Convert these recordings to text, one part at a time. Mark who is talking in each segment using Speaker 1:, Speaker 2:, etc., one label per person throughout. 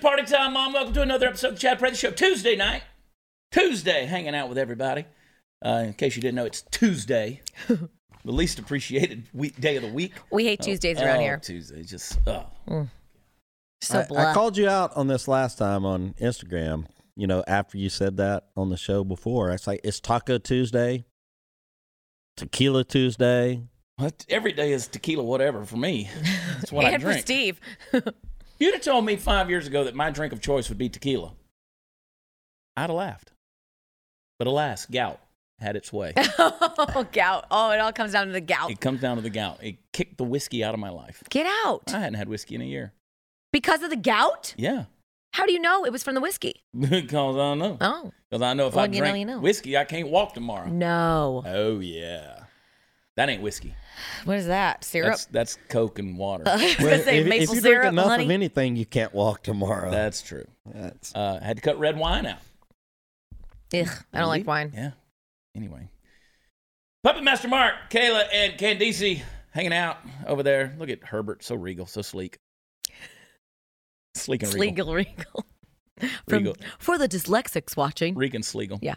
Speaker 1: party time, Mom. Welcome to another episode of the Chad Pratt Show. Tuesday night. Tuesday, hanging out with everybody. Uh, in case you didn't know, it's Tuesday. the least appreciated week, day of the week.
Speaker 2: We hate Tuesdays around
Speaker 1: Oh,
Speaker 2: here.
Speaker 1: Tuesday. Just, oh.
Speaker 2: So
Speaker 3: I- I,
Speaker 2: blah.
Speaker 3: called you out on this last time on Instagram. You know, after you said that on the show before, it's like it's Taco Tuesday, Tequila Tuesday.
Speaker 1: What- Every day is tequila, whatever, for me. That's what I
Speaker 2: and for
Speaker 1: drink.
Speaker 2: Steve,
Speaker 1: You'd have told me five years ago that my drink of choice would be tequila. I'd have laughed. But alas, gout had its way.
Speaker 2: oh gout. Oh, it all comes down to the gout.
Speaker 1: it comes down to the gout. It kicked the whiskey out of my life.
Speaker 2: Get out
Speaker 1: I hadn't had whiskey in a year.
Speaker 2: because of the gout.
Speaker 1: Yeah.
Speaker 2: How do you know it was from the whiskey?
Speaker 1: Because I know.
Speaker 2: Oh
Speaker 1: Because I know if I
Speaker 2: Well, you
Speaker 1: drink
Speaker 2: know, you know. Mm.
Speaker 1: whiskey, I can't walk tomorrow.
Speaker 2: no!
Speaker 1: Oh, yeah. That ain't whiskey.
Speaker 2: What is that syrup?
Speaker 1: That's, that's Coke and water.
Speaker 2: I was
Speaker 3: Well,
Speaker 2: gonna say
Speaker 3: if, if
Speaker 2: maple
Speaker 3: you drink
Speaker 2: syrup,
Speaker 3: enough
Speaker 2: honey.
Speaker 3: of anything, you can't walk tomorrow.
Speaker 1: That's true.
Speaker 3: That's-
Speaker 1: Uh, had to cut red wine out.
Speaker 2: Ugh, I don't like wine.
Speaker 1: Yeah. Anyway. Puppet Master Mark, Kayla, and Candice hanging out over there. Look at Herbert. So regal, so sleek. Sleek and
Speaker 2: It's
Speaker 1: regal.
Speaker 2: legal, regal. From,
Speaker 1: Regal.
Speaker 2: For the dyslexics watching,
Speaker 1: Reek and Sleagle.
Speaker 2: Yeah.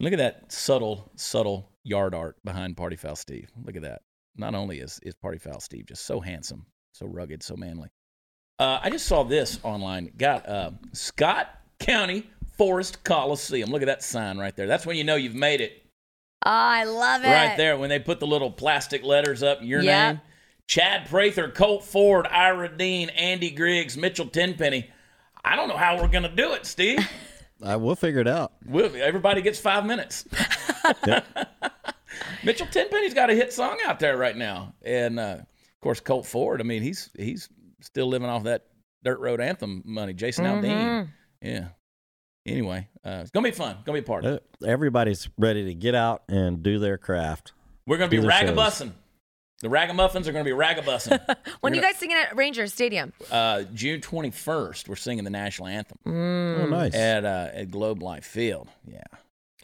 Speaker 1: Look at that subtle, subtle yard art behind Party Foul Steve. Look at that. Not only is, is Party Foul Steve just so handsome, so rugged, so manly. Uh, I just saw this online. Got uh, Scott County Forest Coliseum. Look at that sign right there. That's when you know you've made it.
Speaker 2: oh, I love it.
Speaker 1: Right there, when they put the little plastic letters up, your
Speaker 2: Yeah.
Speaker 1: name. Chad Prather, Colt Ford, Ira Dean, Andy Griggs, Mitchell Tenpenny. I don't know how we're going to do it, Steve.
Speaker 3: I will figure it out.
Speaker 1: We'll, everybody gets five minutes. Mitchell Tenpenny's got a hit song out there right now, and uh, of course Colt Ford. I mean, he's he's still living off that dirt road anthem money. Jason Aldean, yeah. Anyway, uh, it's gonna be fun. Gonna be a party.
Speaker 3: Uh, Everybody's ready to get out and do their craft.
Speaker 1: We're gonna be
Speaker 3: do the shows.
Speaker 1: ragamuffin. The ragamuffins are gonna be ragamuffin.
Speaker 2: When you guys singing at Ranger Stadium?
Speaker 1: uh, June twenty first, we're singing the national anthem
Speaker 2: Mm.
Speaker 3: Oh, nice.
Speaker 1: at uh, at Globe Life Field. Yeah.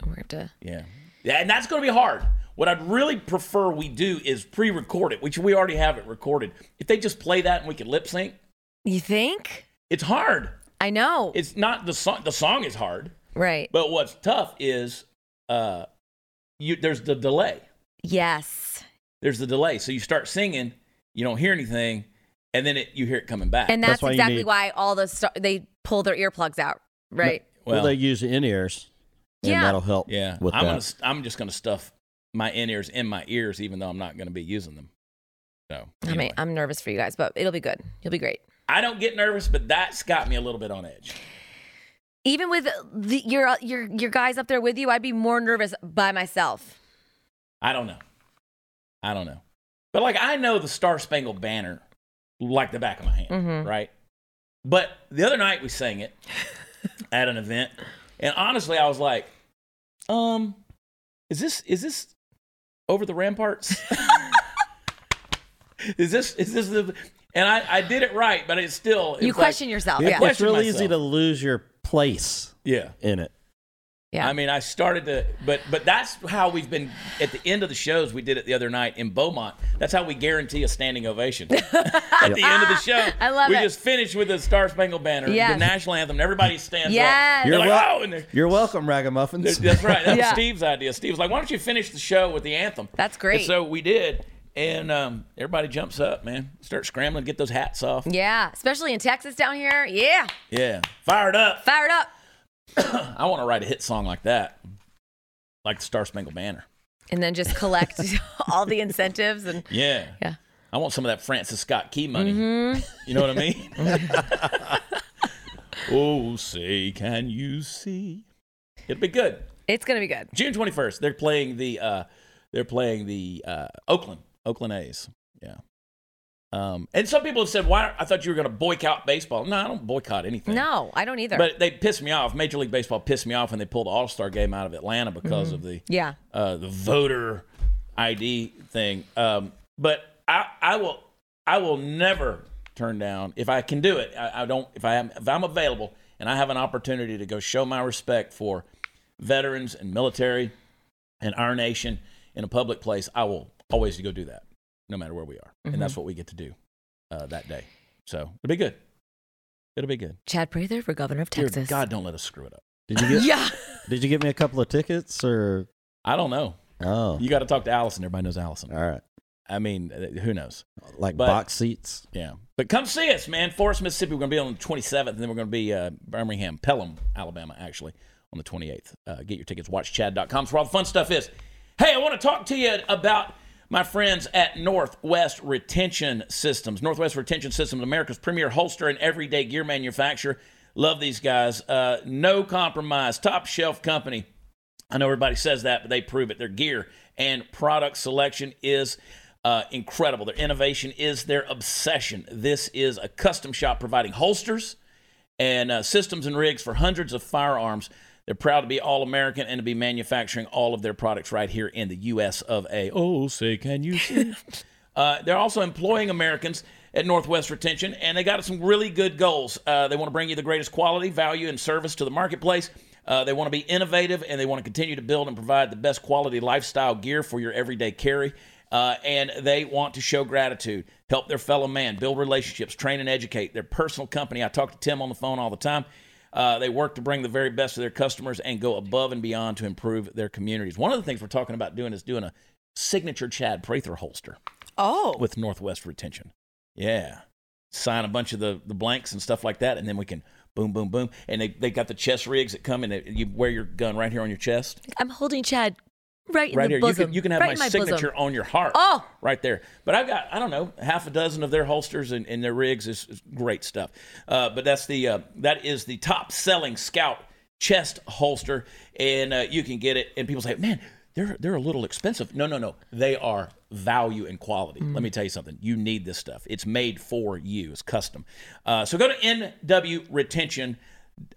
Speaker 2: We're gonna have to.
Speaker 1: Yeah. Yeah, and that's going to be hard. What I'd really prefer we do is pre-record it, which we already have it recorded. If they just play that and we can lip sync,
Speaker 2: You think?
Speaker 1: it's hard.
Speaker 2: I know.
Speaker 1: It's not the song. The song is hard,
Speaker 2: right.
Speaker 1: but what's tough is uh, you there's the delay.
Speaker 2: yes.
Speaker 1: There's the delay. So you start singing, you don't hear anything, and then it, you hear it coming back.
Speaker 2: And that's,
Speaker 3: That's why you
Speaker 2: exactly
Speaker 3: need-
Speaker 2: why all the star- they pull their earplugs out. Right.
Speaker 3: Well, they use in ears, and
Speaker 2: Yeah.
Speaker 3: that'll help.
Speaker 1: yeah,
Speaker 3: with
Speaker 1: I'm
Speaker 3: that.
Speaker 1: gonna st- I'm just gonna stuff my in ears in my ears, even though I'm not gonna be using them. So
Speaker 2: I
Speaker 1: anyway.
Speaker 2: mean, I'm nervous for you guys, but it'll be good. You'll be great.
Speaker 1: I don't get nervous, but that's got me a little bit on edge.
Speaker 2: Even with the, your your your guys up there with you, I'd be more nervous by myself.
Speaker 1: I don't know. I don't know. But like I know the Star Spangled Banner like the back of my hand,
Speaker 2: Mm-hmm.
Speaker 1: right? But the other night we sang it at an event, and honestly, I was like, um, is this is this over the ramparts? is this is this the and I, I did it right, but it's still
Speaker 2: you
Speaker 1: it's like-
Speaker 2: question yourself.
Speaker 3: It-
Speaker 2: Yeah.
Speaker 3: It's
Speaker 1: Question
Speaker 3: really
Speaker 1: myself.
Speaker 3: easy to lose your place
Speaker 1: yeah.
Speaker 3: in it.
Speaker 2: yeah.
Speaker 1: I mean, I started to, but but that's how we've been at the end of the shows we did it the other night in Beaumont. That's how we guarantee a standing ovation at the end of the show.
Speaker 2: I love
Speaker 1: we
Speaker 2: it.
Speaker 1: just finished with the Star Spangled Banner, the
Speaker 2: Yes.
Speaker 1: national anthem, and everybody stands
Speaker 2: Yes.
Speaker 1: up. They're
Speaker 3: You're
Speaker 1: like,
Speaker 3: wel-
Speaker 1: oh, and they're,
Speaker 3: You're welcome, ragamuffins.
Speaker 1: that's right. That was
Speaker 2: Yeah.
Speaker 1: Steve's idea. Steve was like, why don't you finish the show with the anthem?
Speaker 2: That's great.
Speaker 1: And so we did, and um, everybody jumps up, man, start scrambling, get those hats off.
Speaker 2: yeah. Especially in Texas down here. Yeah.
Speaker 1: Yeah, fired up.
Speaker 2: Fired up.
Speaker 1: I want to write a hit song like that, like the Star Spangled Banner.
Speaker 2: And then just collect all the incentives and
Speaker 1: Yeah.
Speaker 2: Yeah. Mm-hmm.
Speaker 1: I want some of that Francis Scott Key money. You know what I mean? oh, say, can you see? It'll be good.
Speaker 2: it's gonna be good.
Speaker 1: June twenty first. They're playing the uh, they're playing the uh, Oakland Oakland A's. Yeah. Um, and some people have said, "Why?" I thought you were going to boycott baseball. No, I don't boycott anything.
Speaker 2: No, I don't either.
Speaker 1: But they pissed me off. Major League Baseball pissed me off when they pulled the All Star game out of Atlanta because
Speaker 2: Mm-hmm.
Speaker 1: of the
Speaker 2: yeah.
Speaker 1: uh, the voter ID thing. Um, but I, I will, I will never turn down if I can do it. I, I don't if I am if I'm available and I have an opportunity to go show my respect for veterans and military and our nation in a public place. I will always go do that, no matter where we are, and that's what we get to do uh, that day. So it'll be good. It'll be good.
Speaker 2: Chad Prather for governor of
Speaker 1: Dear
Speaker 2: Texas.
Speaker 1: God, don't let us screw it up.
Speaker 3: Did you get
Speaker 2: Yeah.
Speaker 3: Did you get me a couple of tickets or
Speaker 1: I don't know.
Speaker 3: oh?
Speaker 1: You got to talk to Allison. Everybody knows Allison.
Speaker 3: all right,
Speaker 1: I mean, uh, who knows?
Speaker 3: like
Speaker 1: But-
Speaker 3: box seats.
Speaker 1: Yeah. But come see us, man. Forest, Mississippi. We're going to be on the 27th, and then we're going to be uh, Birmingham, Pelham, Alabama, actually, on the 28th. Uh, get your tickets, watchchad.com. It's where all the fun stuff is. Hey, I want to talk to you about my friends at Northwest Retention Systems. Northwest Retention Systems, America's premier holster and everyday gear manufacturer. Love these guys. Uh, no compromise, top shelf company. I know everybody says that, but they prove it. Their gear and product selection is uh, incredible. Their innovation is their obsession. This is a custom shop providing holsters and uh, systems and rigs for hundreds of firearms. They're proud to be all American and to be manufacturing all of their products right here in the U.S. of A. Oh, say, can you see? Uh, they're also employing Americans at Northwest Retention, and they got some really good goals. Uh, they want to bring you the greatest quality, value, and service to the marketplace. Uh, they want to be innovative, and they want to continue to build and provide the best quality lifestyle gear for your everyday carry. Uh, and they want to show gratitude, help their fellow man, build relationships, train and educate. Their personal company. I talk to Tim on the phone all the time. Uh, they work to bring the very best to their customers and go above and beyond to improve their communities. One of the things we're talking about doing is doing a signature Chad Prather holster
Speaker 2: Oh.
Speaker 1: with Northwest Retention. Yeah. Sign a bunch of the, the blanks and stuff like that, and then we can boom, boom, boom. And they, they got the chest rigs that come and it- you wear your gun right here on your chest.
Speaker 2: I'm holding Chad right in
Speaker 1: Right
Speaker 2: the
Speaker 1: here. You
Speaker 2: bosom.
Speaker 1: can, you can have
Speaker 2: right
Speaker 1: my,
Speaker 2: in my
Speaker 1: signature
Speaker 2: Bosom.
Speaker 1: on your heart.
Speaker 2: Oh!
Speaker 1: Right there. But I've got, I don't know, half a dozen of their holsters and, and their rigs is, is great stuff. Uh, but that's the, uh, that is the top selling scout chest holster. And uh, you can get it. And people say, man, they're, they're a little expensive. No, no, no. They are value and quality. Let
Speaker 2: Mm.
Speaker 1: me tell you something. You need this stuff. It's made for you. It's custom. Uh, so go to NWRetention.com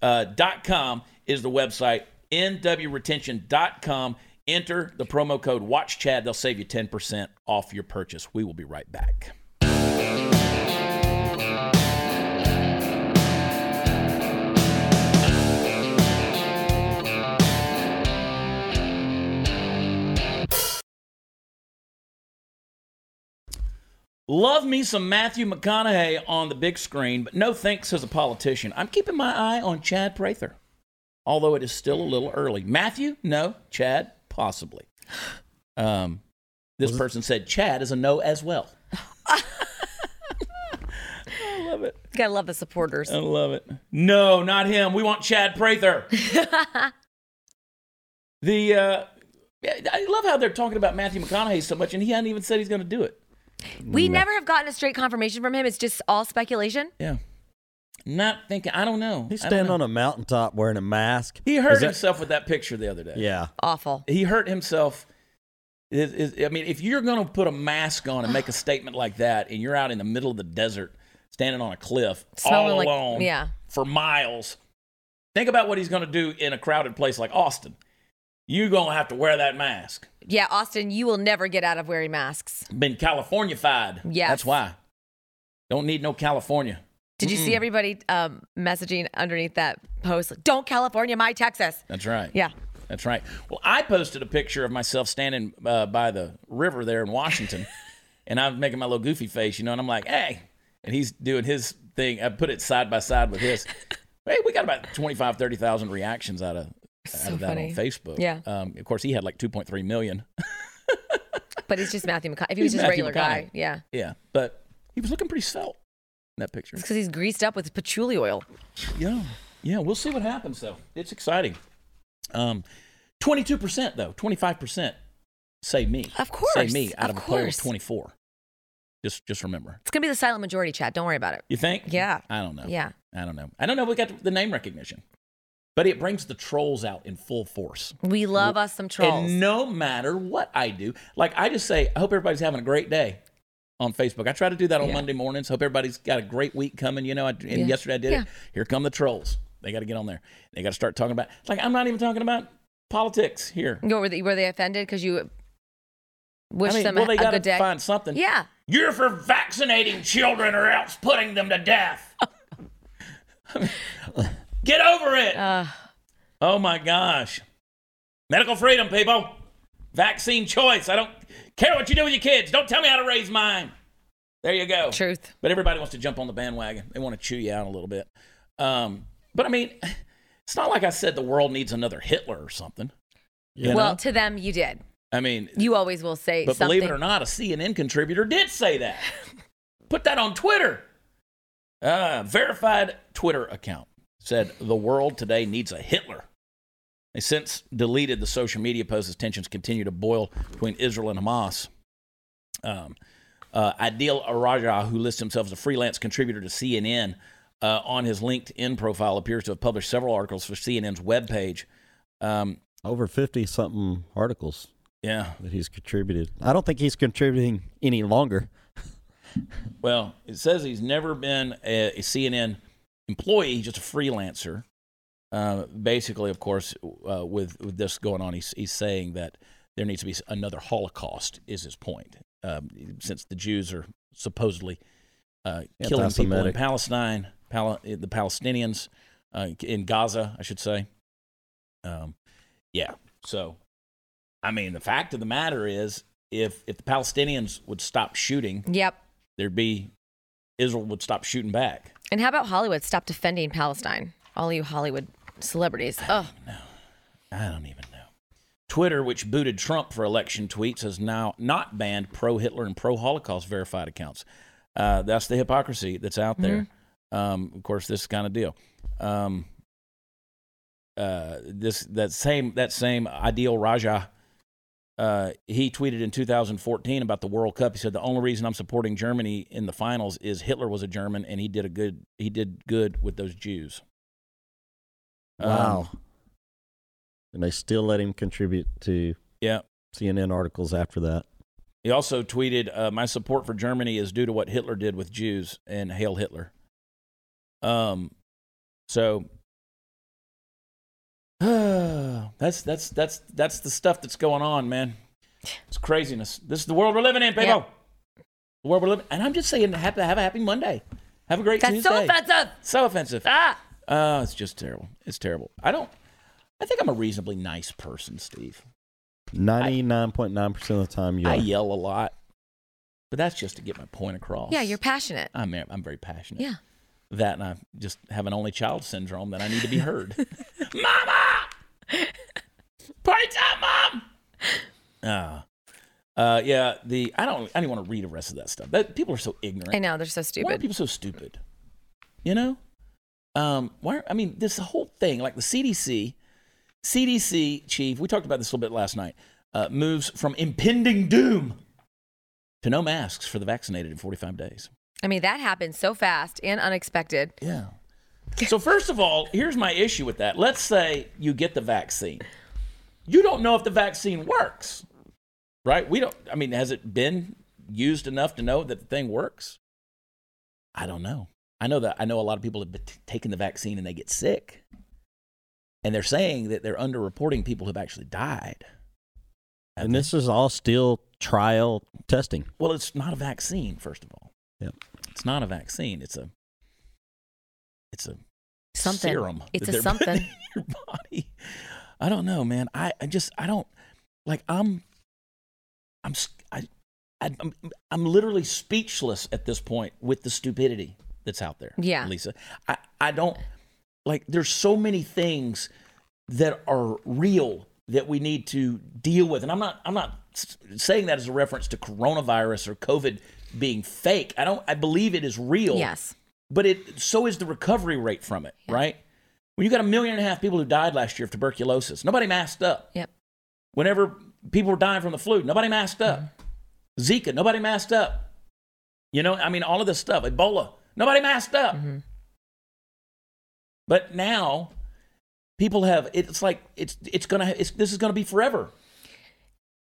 Speaker 1: uh, dot .com is the website. NWRetention.com. Enter the promo code WatchChad. They'll save you 10% off your purchase. We will be right back. Love me some Matthew McConaughey on the big screen, but no thanks as a politician. I'm keeping my eye on Chad Prather, although it is still a little early. Matthew, no. Chad, possibly. Um, this person said Chad is a no as well. I love it.
Speaker 2: Gotta love the supporters.
Speaker 1: I love it. No, not him. We want Chad Prather. the uh, I love how they're talking about Matthew McConaughey so much, and he hadn't even said he's going to do it.
Speaker 2: we never have gotten a straight confirmation from him. It's just all speculation.
Speaker 1: Yeah. Not thinking. I don't know.
Speaker 3: He's standing on a mountaintop wearing a mask.
Speaker 1: He
Speaker 3: Is
Speaker 1: hurt
Speaker 3: that-
Speaker 1: himself with that picture the other day.
Speaker 3: Yeah,
Speaker 2: Awful.
Speaker 1: He hurt himself. Is- is- I mean, if you're going to put a mask on and make a statement like that, and you're out in the middle of the desert, standing on a cliff,
Speaker 2: Smelling
Speaker 1: all
Speaker 2: like-
Speaker 1: alone,
Speaker 2: yeah.
Speaker 1: for miles, think about what he's going to do in a crowded place like Austin. You're going to have to wear that mask.
Speaker 2: Yeah, Austin, you will never get out of wearing masks.
Speaker 1: Been California fied.
Speaker 2: Yes.
Speaker 1: That's why. Don't need no California.
Speaker 2: Did you see everybody um, messaging underneath that post? Like, Don't California my Texas.
Speaker 1: That's right.
Speaker 2: Yeah.
Speaker 1: That's right. Well, I posted a picture of myself standing uh, by the river there in Washington, and I'm making my little goofy face, you know, and I'm like, hey. And he's doing his thing. I put it side by side with his. hey, we got about 25, 30,000 reactions out of, out of that
Speaker 2: funny.
Speaker 1: on Facebook.
Speaker 2: Yeah.
Speaker 1: Um, of course, he had like 2.3 million.
Speaker 2: But he's just Matthew McConaughey. If he was
Speaker 1: He's
Speaker 2: just a
Speaker 1: Matthew
Speaker 2: regular guy,
Speaker 1: McConaughey.
Speaker 2: yeah.
Speaker 1: yeah. But he was looking pretty svelte in that picture.
Speaker 2: It's because he's greased up with patchouli oil.
Speaker 1: Yeah. Yeah. We'll see what happens, though. It's exciting. Um, 22%, though, 25% say me.
Speaker 2: Of course,
Speaker 1: Say me out of,
Speaker 2: of
Speaker 1: a poll of
Speaker 2: course.
Speaker 1: 24. Just, just remember.
Speaker 2: It's gonna be the silent majority, Chad. Don't worry about it.
Speaker 1: You think?
Speaker 2: Yeah.
Speaker 1: I don't know.
Speaker 2: Yeah.
Speaker 1: I don't know. I don't know if we got the name recognition, but it brings the trolls out in full force.
Speaker 2: We love us some trolls.
Speaker 1: And no matter what I do, like I just say, I hope everybody's having a great day on Facebook. I try to do that on
Speaker 2: Yeah.
Speaker 1: Monday mornings. Hope everybody's got a great week coming. You know, I, and
Speaker 2: Yeah.
Speaker 1: yesterday I did
Speaker 2: Yeah.
Speaker 1: it. Here come the trolls. They got to get on there. They got to start talking about. Like I'm not even talking about politics here.
Speaker 2: You know, were, they, were they offended because you
Speaker 1: I
Speaker 2: wish
Speaker 1: mean,
Speaker 2: them
Speaker 1: well, they
Speaker 2: a
Speaker 1: got
Speaker 2: good
Speaker 1: to
Speaker 2: day?
Speaker 1: find something.
Speaker 2: Yeah.
Speaker 1: You're for vaccinating children or else putting them to death. I mean, get over it.
Speaker 2: Uh,
Speaker 1: Oh my gosh. Medical freedom, people. Vaccine choice. I don't care what you do with your kids. Don't tell me how to raise mine. There you go.
Speaker 2: truth.
Speaker 1: But everybody wants to jump on the bandwagon. They want to chew you out a little bit. Um, but I mean, it's not like I said the world needs another Hitler or something. You
Speaker 2: well,
Speaker 1: know?
Speaker 2: to them, you did.
Speaker 1: I mean,
Speaker 2: You always will say
Speaker 1: but
Speaker 2: something.
Speaker 1: believe it or not, a CNN contributor did say that. Put that on Twitter. Uh, verified Twitter account said the world today needs a Hitler. They since deleted the social media post as tensions continue to boil between Israel and Hamas. Um, uh, Adil Araja, who lists himself as a freelance contributor to CNN, uh, on his LinkedIn profile appears to have published several articles for CNN's webpage. Um,
Speaker 3: Over 50 something articles
Speaker 1: yeah,
Speaker 3: that he's contributed. I don't think he's contributing any longer.
Speaker 1: Well, it says he's never been a, a CNN employee, he's just a freelancer. Uh, basically, of course, uh, with, with this going on, he's, he's saying that there needs to be another Holocaust, is his point, um, since the Jews are supposedly uh, killing people in
Speaker 3: Anti-Semitic.
Speaker 1: Palestine, Pal- the Palestinians uh, in Gaza, I should say. Um, yeah. So, I mean, the fact of the matter is, if if the Palestinians would stop shooting,
Speaker 2: Yep.
Speaker 1: there'd be Israel would stop shooting back.
Speaker 2: And how about Hollywood? Stop defending Palestine. All you Hollywood celebrities. Oh,
Speaker 1: I don't even know. Twitter, which booted Trump for election tweets, has now not banned pro Hitler and pro Holocaust verified accounts. Uh, that's the hypocrisy that's out there. Um, of course, this kind of deal. Um, uh, this that same that same ideal Raja. Uh, he tweeted in 2014 about the World Cup. He said the only reason I'm supporting Germany in the finals is Hitler was a German and he did a good he did good with those Jews. Um,
Speaker 3: and they still let him contribute to
Speaker 1: yeah.
Speaker 3: CNN articles after that.
Speaker 1: He also tweeted, uh, "My support for Germany is due to what Hitler did with Jews and hail Hitler." Um, so that's that's that's that's the stuff that's going on, man. It's craziness. This is the world we're living in, people. The world we're living, and I'm just saying, have, have a happy Monday. Have a great
Speaker 2: that's
Speaker 1: Tuesday.
Speaker 2: so offensive.
Speaker 1: So offensive.
Speaker 2: Ah.
Speaker 1: Uh, it's just terrible. It's terrible. I don't. I think I'm a reasonably nice person, Steve.
Speaker 3: 99.9% of the time, you
Speaker 1: I
Speaker 3: are.
Speaker 1: yell a lot, but that's just to get my point across.
Speaker 2: Yeah, you're passionate.
Speaker 1: I'm I'm very passionate.
Speaker 2: Yeah.
Speaker 1: That and I just have an only child syndrome that I need to be heard. Mama, party time, mom. Uh, uh, yeah. The I don't I don't want to read the rest of that stuff. That people are so ignorant.
Speaker 2: I know they're so
Speaker 1: Why are
Speaker 2: stupid.
Speaker 1: people so stupid? You know, um, why? I mean, this whole thing, like the CDC, CDC chief. We talked about this a little bit last night. Uh, moves from impending doom to no masks for the vaccinated in 45 days.
Speaker 2: I mean, that happened so fast and unexpected.
Speaker 1: Yeah. So first of all, here's my issue with that. Let's say you get the vaccine. You don't know if the vaccine works. Right? We don't I mean, has it been used enough to know that the thing works? I don't know. I know that I know a lot of people have been t- taken the vaccine and they get sick. And they're saying that they're underreporting people who've actually died.
Speaker 3: And this is all still trial testing.
Speaker 1: Well, it's not a vaccine, first of all.
Speaker 3: Yep.
Speaker 1: It's not a vaccine. It's a it's a
Speaker 2: Something.
Speaker 1: serum.
Speaker 2: It's
Speaker 1: that
Speaker 2: a
Speaker 1: they're putting
Speaker 2: something.
Speaker 1: in your body. I don't know, man. I, I just I don't like I'm I'm s- I, I I'm, I'm literally speechless at this point with the stupidity that's out there.
Speaker 2: Yeah.
Speaker 1: Lisa. I I don't like there's so many things that are real that we need to deal with and i'm not i'm not s- saying that as a reference to coronavirus or covid being fake i don't i believe it is real
Speaker 2: Yes.
Speaker 1: but it so is the recovery rate from it right when you got a million and a half people who died last year of tuberculosis nobody masked up
Speaker 2: Yep.
Speaker 1: whenever people were dying from the flu nobody masked up
Speaker 2: Mm-hmm.
Speaker 1: zika nobody masked up you know i mean all of this stuff ebola nobody masked up
Speaker 2: Mm-hmm.
Speaker 1: but now people have it's like it's it's gonna it's, this is gonna be forever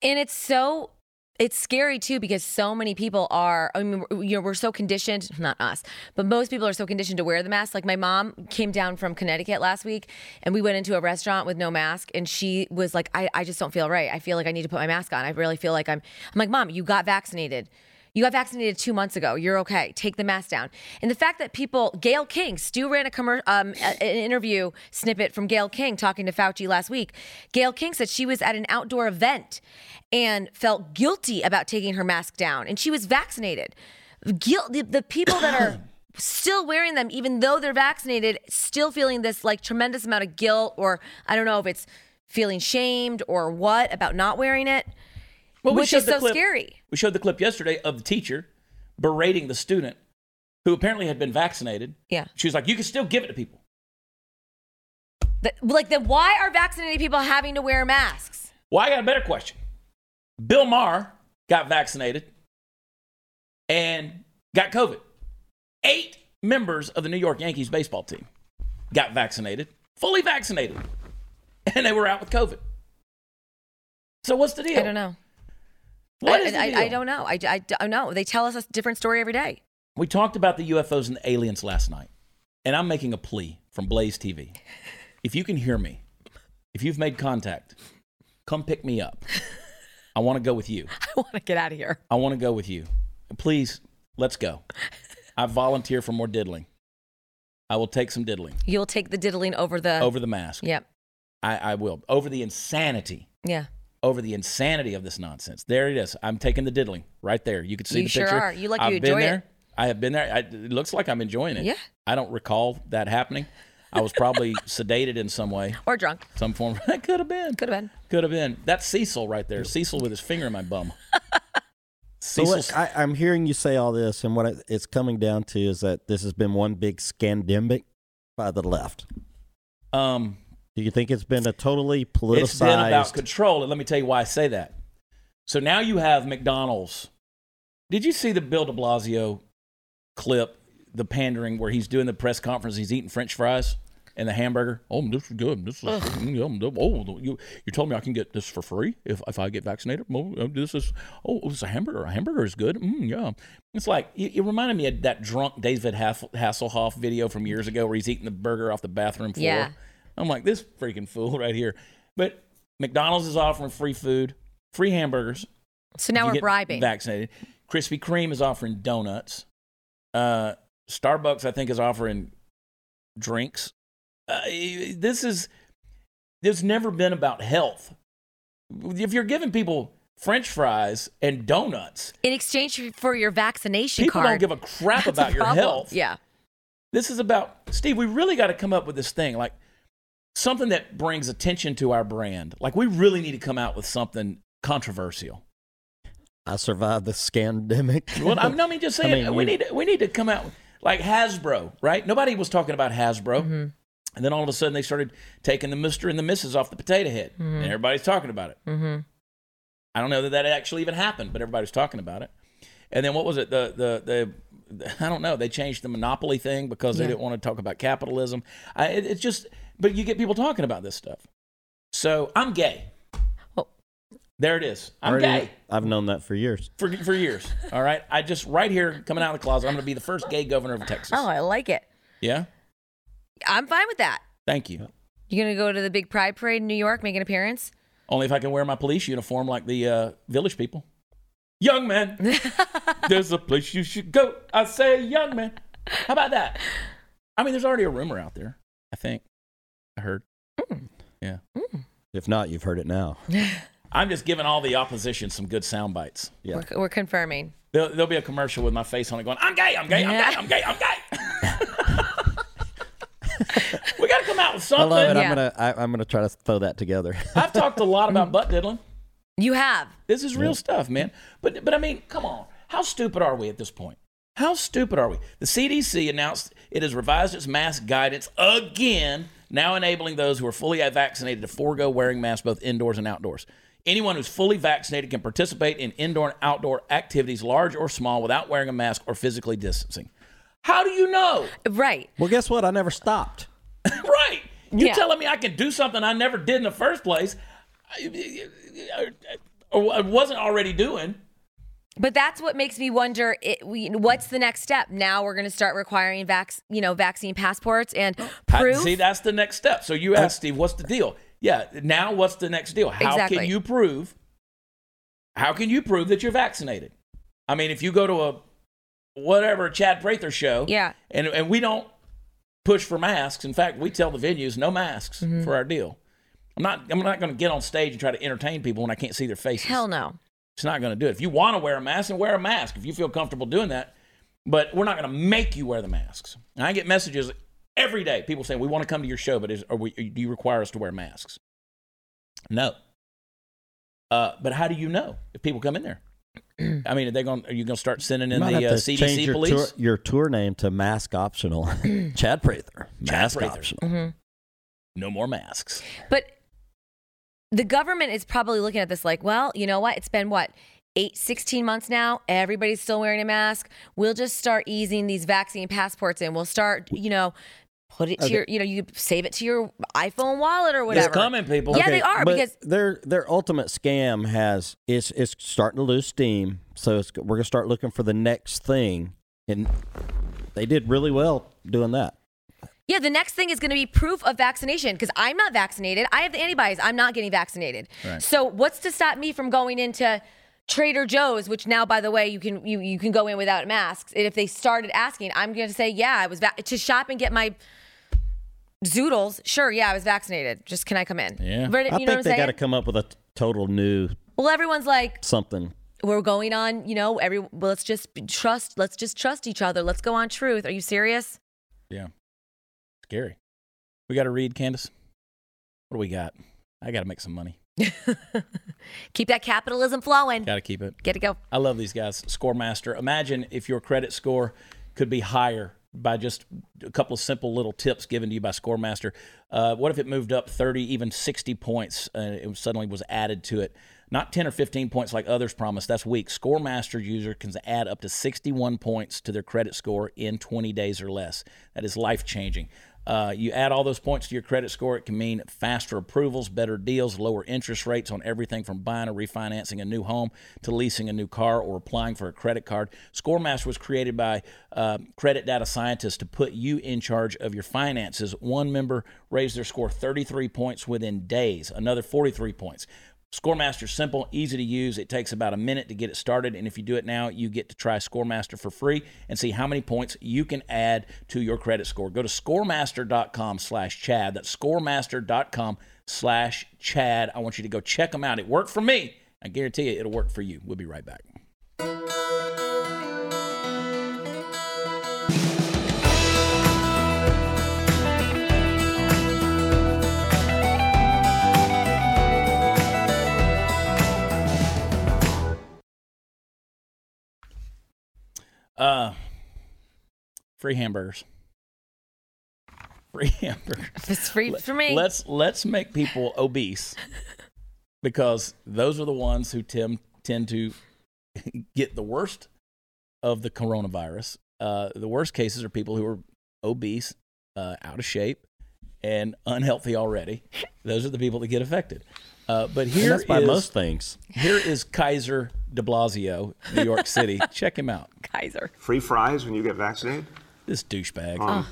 Speaker 2: And it's so it's scary too because so many people are I mean you know we're so conditioned not us but most people are so conditioned to wear the mask like my mom came down from Connecticut last week and we went into a restaurant with no mask and she was like I, I just don't feel right I feel like I need to put my mask on I really feel like I'm I'm like mom you got vaccinated you got vaccinated two months ago. You're okay. Take the mask down. And the fact that people, Gail King, Stu ran a commer- um, a- an interview snippet from Gail King talking to Fauci last week. Gail King said she was at an outdoor event and felt guilty about taking her mask down, and she was vaccinated. Guilt. The, the people that are still wearing them even though they're vaccinated, still feeling this like tremendous amount of guilt or I don't know if it's feeling shamed or what about not wearing it,
Speaker 1: Well, we
Speaker 2: which
Speaker 1: showed
Speaker 2: is
Speaker 1: the
Speaker 2: so
Speaker 1: clip-
Speaker 2: scary.
Speaker 1: We showed the clip yesterday of the teacher berating the student who apparently had been vaccinated.
Speaker 2: Yeah.
Speaker 1: She was like, "You can still give it to people."
Speaker 2: The- like then why are vaccinated people having to wear masks?
Speaker 1: Well, I got a better question. Bill Maher got vaccinated and got COVID. Eight members of the New York Yankees baseball team got vaccinated, fully vaccinated, and they were out with COVID. So what's the deal?
Speaker 2: I don't know.
Speaker 1: What
Speaker 2: I,
Speaker 1: is the
Speaker 2: I,
Speaker 1: deal?
Speaker 2: I don't know. I, I don't know. They tell us a different story every day.
Speaker 1: We talked about the UFOs and the aliens last night, and I'm making a plea from Blaze TV. If you can hear me, if you've made contact, come pick me up. I want to go with you.
Speaker 2: I want to get out of here.
Speaker 1: I want to go with you. Please, let's go. I volunteer for more diddling. I will take some diddling
Speaker 2: You'll take the diddling over the.
Speaker 1: over the mask.
Speaker 2: Yep.
Speaker 1: I, I will. Over the insanity.
Speaker 2: Yeah.
Speaker 1: Over the insanity of this nonsense. There it is. I'm taking the diddling right there. You can see
Speaker 2: You
Speaker 1: the
Speaker 2: sure
Speaker 1: picture.
Speaker 2: are. You look- you
Speaker 1: I've been
Speaker 2: enjoy it.
Speaker 1: there. I have been there. I, it looks like I'm enjoying it.
Speaker 2: Yeah.
Speaker 1: I don't recall that happening. I was probably sedated in some way,
Speaker 2: Or drunk.
Speaker 1: some form. That could have been.
Speaker 2: Could have been.
Speaker 1: Could have been. That's Cecil right there. Cecil with his finger in my bum.
Speaker 3: So
Speaker 1: Cecil.
Speaker 3: what, I, I'm hearing you say all this, and what it- it's coming down to is that this has been one big scandemic by the left.
Speaker 1: Um.
Speaker 3: Do you think it's been a totally politicized?
Speaker 1: It's been about control, and let me tell you why I say that. So now you have McDonald's. Did you see the Bill De Blasio clip, the pandering where he's doing the press conference? He's eating French fries and the hamburger. Oh, this is good. This is mm, yum, yum. oh, you you told me I can get this for free if if I get vaccinated. Oh, uh, this is oh, it's a hamburger. A hamburger is good. Mm, yeah, it's like it, it reminded me of that drunk David Hass- Hasselhoff video from years ago where he's eating the burger off the bathroom floor.
Speaker 2: Yeah.
Speaker 1: I'm like, this freaking fool right here. But McDonald's is offering free food, free hamburgers.
Speaker 2: So now
Speaker 1: You
Speaker 2: we're
Speaker 1: get
Speaker 2: bribing.
Speaker 1: Vaccinated. Krispy Kreme is offering donuts. Uh, Starbucks, I think, is offering drinks. Uh, this is there's never been about health. If you're giving people French fries and donuts,
Speaker 2: In exchange for your vaccination
Speaker 1: people
Speaker 2: card.
Speaker 1: don't give a crap
Speaker 2: That's a
Speaker 1: about your
Speaker 2: problem.
Speaker 1: health.
Speaker 2: Yeah.
Speaker 1: This is about Steve. We really got to come up with this thing, like something that brings attention to our brand. Like we really need to come out with something controversial.
Speaker 3: I survived the scandemic.
Speaker 1: Well, I'm, no, I mean just
Speaker 3: I
Speaker 1: saying
Speaker 3: mean,
Speaker 1: we
Speaker 3: you-
Speaker 1: need to, we need to come out with- like Hasbro, right? Nobody was talking about Hasbro, and then all of a sudden they started taking the Mister and the Misses off the potato head, and everybody's talking about it.
Speaker 2: Mm-hmm.
Speaker 1: I don't know that that actually even happened, but everybody's talking about it. And then what was it? The the the I don't know. They changed the monopoly thing because they
Speaker 2: Yeah.
Speaker 1: didn't want to talk about capitalism. I, it, it's just, but you get people talking about this stuff. So I'm gay.
Speaker 2: Oh.
Speaker 1: There it is. I'm
Speaker 3: Already-
Speaker 1: gay
Speaker 3: I've known that for years.
Speaker 1: for for years. All right. I just right here coming out of the closet. I'm going to be the first gay governor of Texas.
Speaker 2: Oh, I like it.
Speaker 1: Yeah.
Speaker 2: I'm fine with that.
Speaker 1: Thank you.
Speaker 2: You're gonna go to the big Pride Parade in New York, make an appearance.
Speaker 1: Only if I can wear my police uniform like the uh, village people. Young man, there's a place you should go. I say, young man. How about that? I mean, there's already a rumor out there. I think I heard.
Speaker 3: Hmm. If not, you've heard it now.
Speaker 1: I'm just giving all the opposition some good sound bites.
Speaker 3: Yeah.
Speaker 2: We're, we're confirming.
Speaker 1: There'll, there'll be a commercial with my face on it going, "I'm gay, I'm gay, I'm gay, I'm gay, I'm gay." we got to come out with
Speaker 3: I
Speaker 1: something.
Speaker 3: love it.
Speaker 2: Yeah.
Speaker 3: I'm gonna I, I'm gonna try to throw that together.
Speaker 1: I've talked a lot about butt diddling.
Speaker 2: You have.
Speaker 1: This is real stuff, man. But but I mean, come on. How stupid are we at this point? How stupid are we? The CDC announced it has revised its mask guidance again, now enabling those who are fully vaccinated to forego wearing masks both indoors and outdoors. Anyone who's fully vaccinated can participate in indoor and outdoor activities, large or small, without wearing a mask or physically distancing. How do you know?
Speaker 2: Right.
Speaker 3: well, guess what? I never stopped.
Speaker 1: right. You're
Speaker 2: Yeah.
Speaker 1: telling me I can do something I never did in the first place, I- I- I- or I wasn't already doing.
Speaker 2: But that's what makes me wonder it, we, what's the next step? Now we're going to start requiring vac- you know, vaccine passports and
Speaker 1: I-
Speaker 2: proof. Uh,
Speaker 1: see, that's the next step. So you asked Steve, what's the deal? Yeah, now what's the next deal? How
Speaker 2: Exactly.
Speaker 1: can you prove? How can you prove that you're vaccinated? I mean, if you go to a whatever Chad Prather show,
Speaker 2: Yeah.
Speaker 1: and and we don't push for masks. In fact, we tell the venues no masks
Speaker 2: Mm-hmm.
Speaker 1: for our deal. I'm not I'm not going to get on stage and try to entertain people when I can't see their faces.
Speaker 2: Hell no.
Speaker 1: It's not going to do it. If you want to wear a mask, then wear a mask. If you feel comfortable doing that, but we're not going to make you wear the masks. And I get messages every day, people saying, "We want to come to your show, but is, are we, do you require us to wear masks?" No. Uh, but how do you know if people come in there? I mean, are they going? Are you going to start sending in
Speaker 3: might
Speaker 1: the
Speaker 3: have
Speaker 1: uh,
Speaker 3: to change
Speaker 1: CDC
Speaker 3: your
Speaker 1: police?
Speaker 3: tour, your tour name to mask optional. Chad Prather. Mask
Speaker 1: Prather.
Speaker 3: optional.
Speaker 1: No more masks.
Speaker 2: But the government is probably looking at this like, well, you know what? It's been what? Eight, 16 months now. Everybody's still wearing a mask. We'll just start easing these vaccine passports in. We'll start, you know, put it to
Speaker 3: Okay.
Speaker 2: your, you know, you save it to your iPhone wallet or whatever.
Speaker 1: It's coming, people.
Speaker 2: Yeah, they are,
Speaker 3: but
Speaker 2: because-
Speaker 3: their their ultimate scam has it's it's starting to lose steam. So it's, we're gonna start looking for the next thing, and they did really well doing that.
Speaker 2: Yeah, the next thing is going to be proof of vaccination because I'm not vaccinated. I have the antibodies. I'm not getting vaccinated. So what's to stop me from going into Trader Joe's, which now, by the way, you can you you can go in without masks. And if they started asking, I'm going to say, yeah, I was va- to shop and get my zoodles. Sure, yeah, I was vaccinated. Just can I come in?
Speaker 1: Yeah.
Speaker 2: But, you know what
Speaker 3: I
Speaker 2: I'm
Speaker 3: think they
Speaker 2: saying?
Speaker 3: got to come up with a t- total new
Speaker 2: well, everyone's like,
Speaker 3: something.
Speaker 2: we're going on. You know, every well, let's just be- trust. Let's just trust each other. Let's go on truth. Are you serious?
Speaker 1: Yeah. Scary. We got to read, Candace. What do we got? I got to make some money.
Speaker 2: Keep that capitalism flowing.
Speaker 1: Got to keep it.
Speaker 2: Get it go.
Speaker 1: I love these guys. Scoremaster. Imagine if your credit score could be higher by just a couple of simple little tips given to you by Scoremaster. Uh, what if it moved up 30, even 60 points? Uh, it was- suddenly was added to it. Not 10 or 15 points like others promised. That's weak. Scoremaster user can add up to 61 points to their credit score in 20 days or less. That is life changing. Uh, you add all those points to your credit score, it can mean faster approvals, better deals, lower interest rates on everything from buying or refinancing a new home to leasing a new car or applying for a credit card. Scoremaster was created by uh, credit data scientists to put you in charge of your finances. One member raised their score 33 points within days, another 43 points. Scoremaster's simple, easy to use. It takes about a minute to get it started, and if you do it now, you get to try Scoremaster for free and see how many points you can add to your credit score. Go to scoremaster.com/chad. That's scoremaster.com/chad. I want you to go check them out. It worked for me. I guarantee you, it'll work for you. We'll be right back. Uh, free hamburgers. Free hamburgers.
Speaker 2: If it's free for me.
Speaker 1: Let's let's make people obese because those are the ones who tend tend to get the worst of the coronavirus. Uh, the worst cases are people who are obese, uh, out of shape, and unhealthy already. Those are the people that get affected. Uh, but
Speaker 3: And
Speaker 1: here
Speaker 3: that's by
Speaker 1: is-
Speaker 3: most things.
Speaker 1: here is Kaiser De Blasio, New York City. Check him out.
Speaker 2: Kaiser.
Speaker 4: free fries when you get vaccinated?
Speaker 1: This douchebag.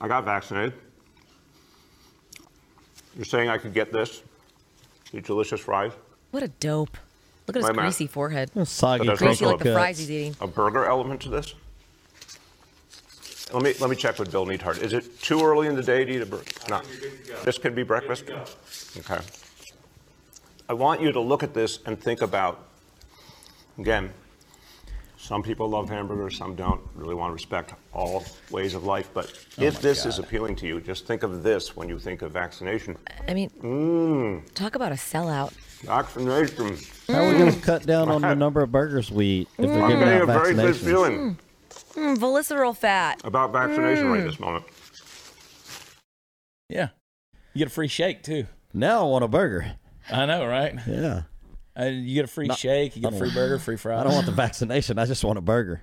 Speaker 4: I got vaccinated. You're saying I could get this? These delicious fries?
Speaker 2: What a dope. Look at his
Speaker 4: Wait a minute.
Speaker 2: greasy forehead.
Speaker 3: Soggy
Speaker 4: But there's
Speaker 2: Greasy
Speaker 4: no
Speaker 2: like the
Speaker 3: cuts.
Speaker 2: fries he's eating.
Speaker 4: A burger element to this? Let me let me check with Bill Neathart. Is it too early in the day to eat a burger? No. This could be breakfast. Okay. I want you to look at this and think about. Again, some people love hamburgers, some don't. Really want to respect all ways of life, but if this is appealing to you, just think of this when you think of vaccination. Hmm,
Speaker 2: I mean, talk about a sellout.
Speaker 4: Vaccination.
Speaker 3: How are we going to cut down on the number of burgers we eat if we're
Speaker 4: I'm
Speaker 3: giving
Speaker 4: getting Mm. a
Speaker 3: out
Speaker 4: very good
Speaker 3: vaccinations?
Speaker 4: feeling.
Speaker 2: Mm, visceral fat.
Speaker 4: about vaccination right this moment.
Speaker 1: Yeah. You get a free shake too.
Speaker 3: Now I want a burger.
Speaker 1: I know, right?
Speaker 3: Yeah.
Speaker 1: And you get a free shake, you get a free burger, free fries.
Speaker 3: I don't want the vaccination. I just want a burger.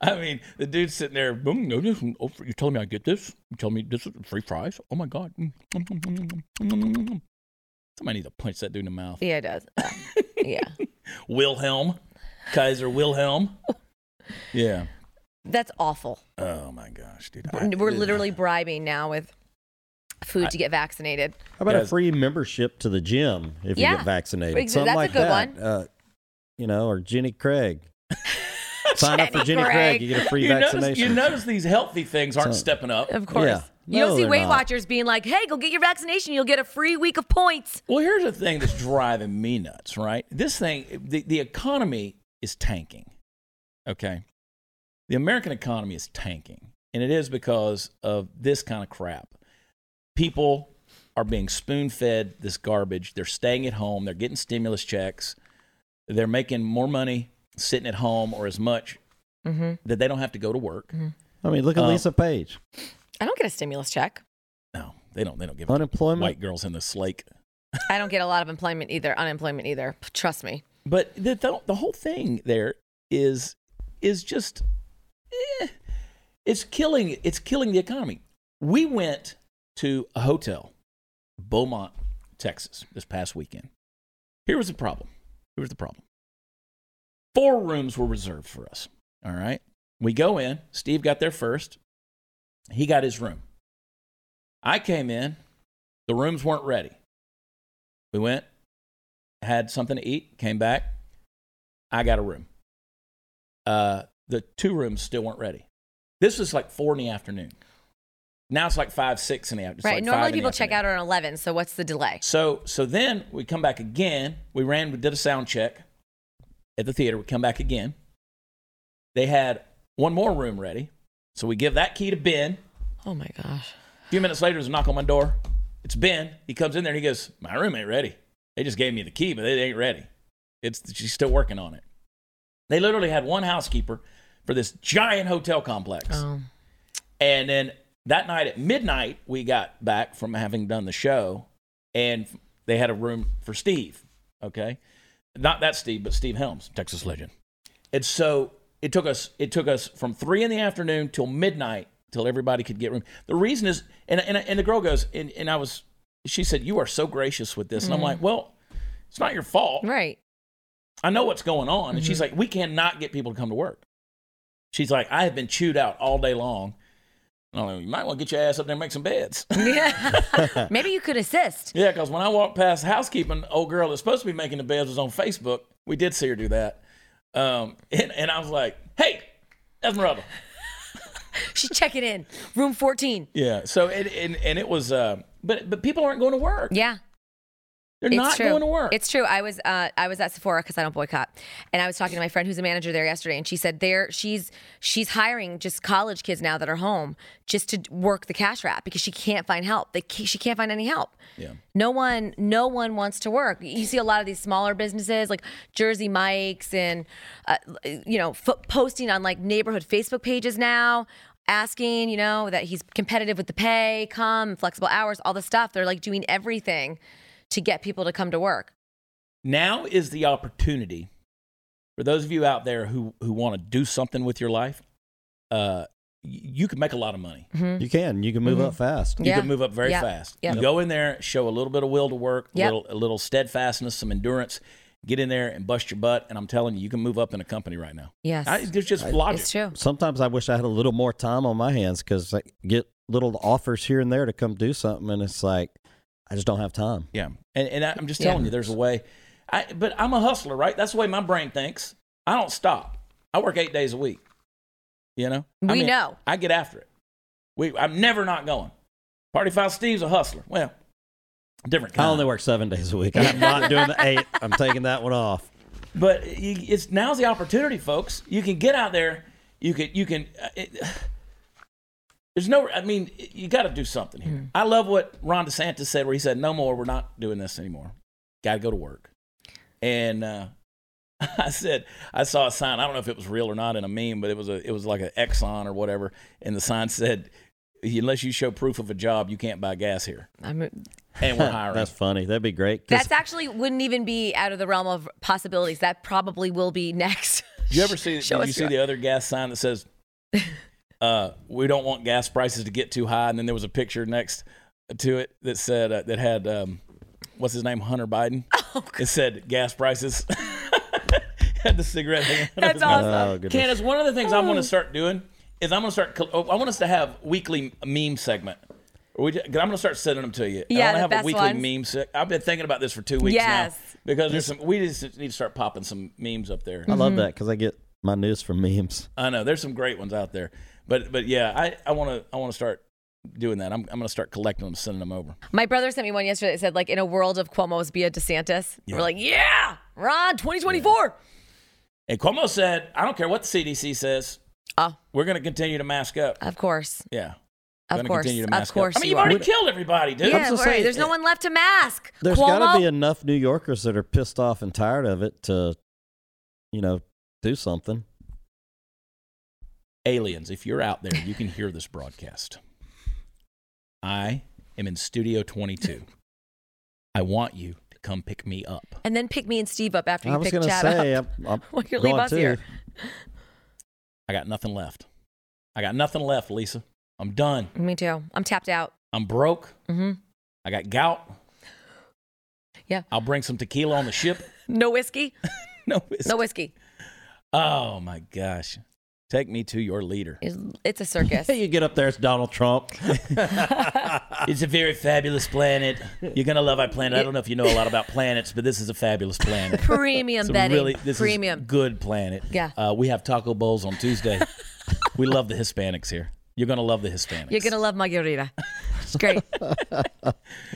Speaker 1: I mean, the dude's sitting there. Boom, no, this, oh, you're telling me I get this? You telling me this is free fries? Oh my god! Mm, mm, mm, mm, mm, mm, mm, mm, mm. Somebody needs to punch that dude in the mouth.
Speaker 2: Yeah, it does. yeah.
Speaker 1: Wilhelm, Kaiser Wilhelm. Yeah.
Speaker 2: That's awful.
Speaker 1: Oh my gosh, dude. I-
Speaker 2: We're literally bribing now with food to get vaccinated.
Speaker 3: How about a
Speaker 1: Yes.
Speaker 3: free membership to the gym if
Speaker 2: Yeah.
Speaker 3: you get vaccinated?
Speaker 2: Exa-
Speaker 3: Something
Speaker 2: that's a
Speaker 3: like
Speaker 2: good
Speaker 3: that.
Speaker 2: one.
Speaker 3: Uh, you know, or Jenny Craig. Sign up for
Speaker 2: Jenny
Speaker 3: Jenny Craig.
Speaker 2: Craig.
Speaker 3: You get a free
Speaker 1: You notice,
Speaker 3: vaccination.
Speaker 1: you notice these healthy things aren't
Speaker 3: So-
Speaker 1: stepping up.
Speaker 2: Of course.
Speaker 3: Yeah.
Speaker 2: you don't
Speaker 3: No,
Speaker 2: see
Speaker 3: they're
Speaker 2: Weight
Speaker 3: not.
Speaker 2: Watchers being like, hey, go get your vaccination. You'll get a free week of points.
Speaker 1: Well, here's the thing that's driving me nuts, right? This thing, the, the economy is tanking. Okay. The American economy is tanking, and it is because of this kind of crap. People are being spoon fed this garbage. They're staying at home, they're getting stimulus checks, they're making more money sitting at home or as much that they don't have to go to work.
Speaker 3: I mean, look at
Speaker 1: Um,
Speaker 3: Lisa Page.
Speaker 2: I don't get a stimulus check.
Speaker 1: No, they don't. They don't give a
Speaker 3: Unemployment.
Speaker 1: white girls in the slake.
Speaker 2: I don't get a lot of employment either, unemployment either. P- Trust me.
Speaker 1: But the, the the whole thing there is is just eh, it's killing it's killing the economy. We went to a hotel, Beaumont, Texas, this past weekend. Here was the problem. Here was the problem. Four rooms were reserved for us. All right. We go in. Steve got there first. He got his room. I came in. The rooms weren't ready. We went, had something to eat, came back. I got a room. Uh, the two rooms still weren't ready. This was like four in the afternoon. Now it's like five, six in the afternoon.
Speaker 2: right. Normally people check out around 11. So what's the delay?
Speaker 1: So so then we come back again. We ran, we did a sound check at the theater. We come back again. They had one more room ready. So we give that key to Ben.
Speaker 2: Oh my gosh.
Speaker 1: A few minutes later, there's a knock on my door. It's Ben. He comes in there and he goes, My room ain't ready. They just gave me the key, but it ain't ready. It's she's still working on it. They literally had one housekeeper for this giant hotel complex.
Speaker 2: Oh.
Speaker 1: And then that night at midnight, we got back from having done the show, and they had a room for Steve. Okay, not that Steve, but Steve Helms, Texas legend. And so it took us. It took us from three in the afternoon till midnight till everybody could get room. The reason is, and and, and the girl goes, and, and I was, she said, "You are so gracious with this," and I'm like, "Well, it's not your fault.
Speaker 2: Right.
Speaker 1: I know what's going on. And she's like, we cannot get people to come to work. She's like, I have been chewed out all day long. And I'm like, you might want to get your ass up there and make some beds.
Speaker 2: Yeah. Maybe you could assist.
Speaker 1: yeah, because when I walked past housekeeping, old girl that's supposed to be making the beds was on Facebook. We did see her do that. Um, and, and I was like, hey, Esmeralda.
Speaker 2: She's checking in. Room 14.
Speaker 1: Yeah. So, it, and, and it was, uh, but, but people aren't going to work.
Speaker 2: Yeah.
Speaker 1: They're
Speaker 2: It's
Speaker 1: not
Speaker 2: true.
Speaker 1: going to work.
Speaker 2: It's true. I was uh, I was at Sephora because I don't boycott, and I was talking to my friend who's a manager there yesterday, and she said there she's she's hiring just college kids now that are home just to work the cash wrap because she can't find help. They ca- she can't find any help.
Speaker 1: Yeah.
Speaker 2: No one no one wants to work. You see a lot of these smaller businesses like Jersey Mike's and uh, you know fo- posting on like neighborhood Facebook pages now. Asking, you know, that he's competitive with the pay, come, flexible hours, all the stuff. They're like doing everything to get people to come to work.
Speaker 1: now is the opportunity for those of you out there who, who want to do something with your life uh, y- you can make a lot of money
Speaker 3: You can. You can move up fast.
Speaker 1: you
Speaker 2: Mm-hmm. Yeah.
Speaker 1: can move up very
Speaker 2: Yep.
Speaker 1: fast
Speaker 2: Yep.
Speaker 1: you go in there show a little bit of will to work a,
Speaker 2: Yep.
Speaker 1: little, a little steadfastness some endurance get in there and bust your butt and i'm telling you you can move up in a company right now
Speaker 2: Yes.
Speaker 1: I, there's just logic
Speaker 2: It's true.
Speaker 3: Sometimes I wish I had a little more time on my hands because I get little offers here and there to come do something, and it's like I just don't have time.
Speaker 1: Yeah, and and I, I'm just
Speaker 2: Yeah.
Speaker 1: telling you, there's a way. I but I'm a hustler, right? That's the way my brain thinks. I don't stop. I work eight days a week. You know, I
Speaker 2: We know.
Speaker 1: I get after it. We, I'm never not going. Party Five Steve's a hustler. Well, different kind.
Speaker 3: I only work seven days a week. I'm not doing the eight. I'm taking that one off.
Speaker 1: But you, it's now's the opportunity, folks. You can get out there. You can you can. uh, It, there's no. I mean, you got to do something here. I love what Ron DeSantis said, where he said, "No more. We're not doing this anymore. Got to go to work." And uh, I said, I saw a sign. I don't know if it was real or not in a meme, but it was a it was like an Exxon or whatever, and the sign said, "Unless you show proof of a job, you can't buy gas here."
Speaker 2: I'm,
Speaker 1: And we're hiring.
Speaker 3: That's funny. That'd be great. 'cause
Speaker 2: that's actually wouldn't even be out of the realm of possibilities. That probably will be next.
Speaker 1: Did you ever see? Did
Speaker 2: Show
Speaker 1: you
Speaker 2: us
Speaker 1: see
Speaker 2: your-
Speaker 1: the other gas sign that says, uh, "We don't want gas prices to get too high"? And then there was a picture next to it that said uh, that had um, what's his name, Hunter Biden.
Speaker 2: Oh,
Speaker 1: it said gas prices. had the cigarette. hanging out of his
Speaker 2: That's
Speaker 1: mouth. Oh.
Speaker 2: awesome.
Speaker 3: oh goodness.
Speaker 1: Candace, one of the things I'm going to start doing is I'm going to start. col- oh, I want us to have weekly meme segment. Or we ju- 'cause I'm gonna start sending them to you. And I
Speaker 2: Yeah, the
Speaker 1: want to have
Speaker 2: best
Speaker 1: a weekly
Speaker 2: ones.
Speaker 1: meme. Se- I've been thinking about this for two weeks
Speaker 2: Yes.
Speaker 1: now because there's some. We just need to start popping some memes up there.
Speaker 3: I
Speaker 2: Mm-hmm.
Speaker 3: love that because I get my news from memes.
Speaker 1: I know there's some great ones out there, but but yeah, I I want to I want to start doing that. I'm I'm gonna start collecting them, sending them over.
Speaker 2: My brother sent me one yesterday that said, like, in a world of Cuomo's, be a DeSantis. We're like, yeah, Ron, 2024.
Speaker 1: And Cuomo said, I don't care what the CDC says,
Speaker 2: Oh,
Speaker 1: we're going to continue to mask up.
Speaker 2: of course.
Speaker 1: Yeah.
Speaker 2: Of
Speaker 1: Gonna
Speaker 2: course.
Speaker 1: continue to
Speaker 2: Of
Speaker 1: mask up.
Speaker 2: course
Speaker 1: I mean,
Speaker 2: you
Speaker 1: you've already
Speaker 2: are.
Speaker 1: killed everybody, dude.
Speaker 2: Yeah,
Speaker 3: just
Speaker 2: right.
Speaker 3: saying,
Speaker 2: there's no
Speaker 3: it-
Speaker 2: one left to mask.
Speaker 3: There's
Speaker 2: Cuomo,
Speaker 3: got to be enough New Yorkers that are pissed off and tired of it to, you know, do something.
Speaker 1: Aliens, if you're out there, you can hear this broadcast. I am in Studio 22. I want you to come pick me up.
Speaker 2: and then pick me and Steve up after
Speaker 3: I
Speaker 2: you
Speaker 3: was
Speaker 2: pick
Speaker 3: going to
Speaker 2: Chad
Speaker 3: say,
Speaker 2: up.
Speaker 3: I'm, I'm
Speaker 2: Well, you leave
Speaker 3: going
Speaker 2: us
Speaker 3: too.
Speaker 2: here.
Speaker 1: I got nothing left. I got nothing left, Lisa. I'm done.
Speaker 2: Me too. I'm tapped out.
Speaker 1: I'm broke.
Speaker 2: hmm
Speaker 1: I got gout.
Speaker 2: Yeah.
Speaker 1: I'll bring some tequila on the ship.
Speaker 2: No whiskey.
Speaker 1: no, it's-
Speaker 2: No whiskey.
Speaker 1: Oh my gosh. Take me to your leader.
Speaker 2: It's, it's a circus.
Speaker 3: Hey, you get up there, it's Donald Trump.
Speaker 2: Ah.
Speaker 1: It's a very fabulous planet. You're gonna love our planet. I don't know if you know a lot about planets, but this is a fabulous planet.
Speaker 2: Premium
Speaker 1: It's a
Speaker 2: Betty.
Speaker 1: really this is
Speaker 2: Premium.
Speaker 1: good planet.
Speaker 2: Yeah.
Speaker 1: Uh, we have taco bowls on Tuesday. we love the Hispanics here. You're gonna love the Hispanics.
Speaker 2: You're gonna love margarita. It's great. You're gonna,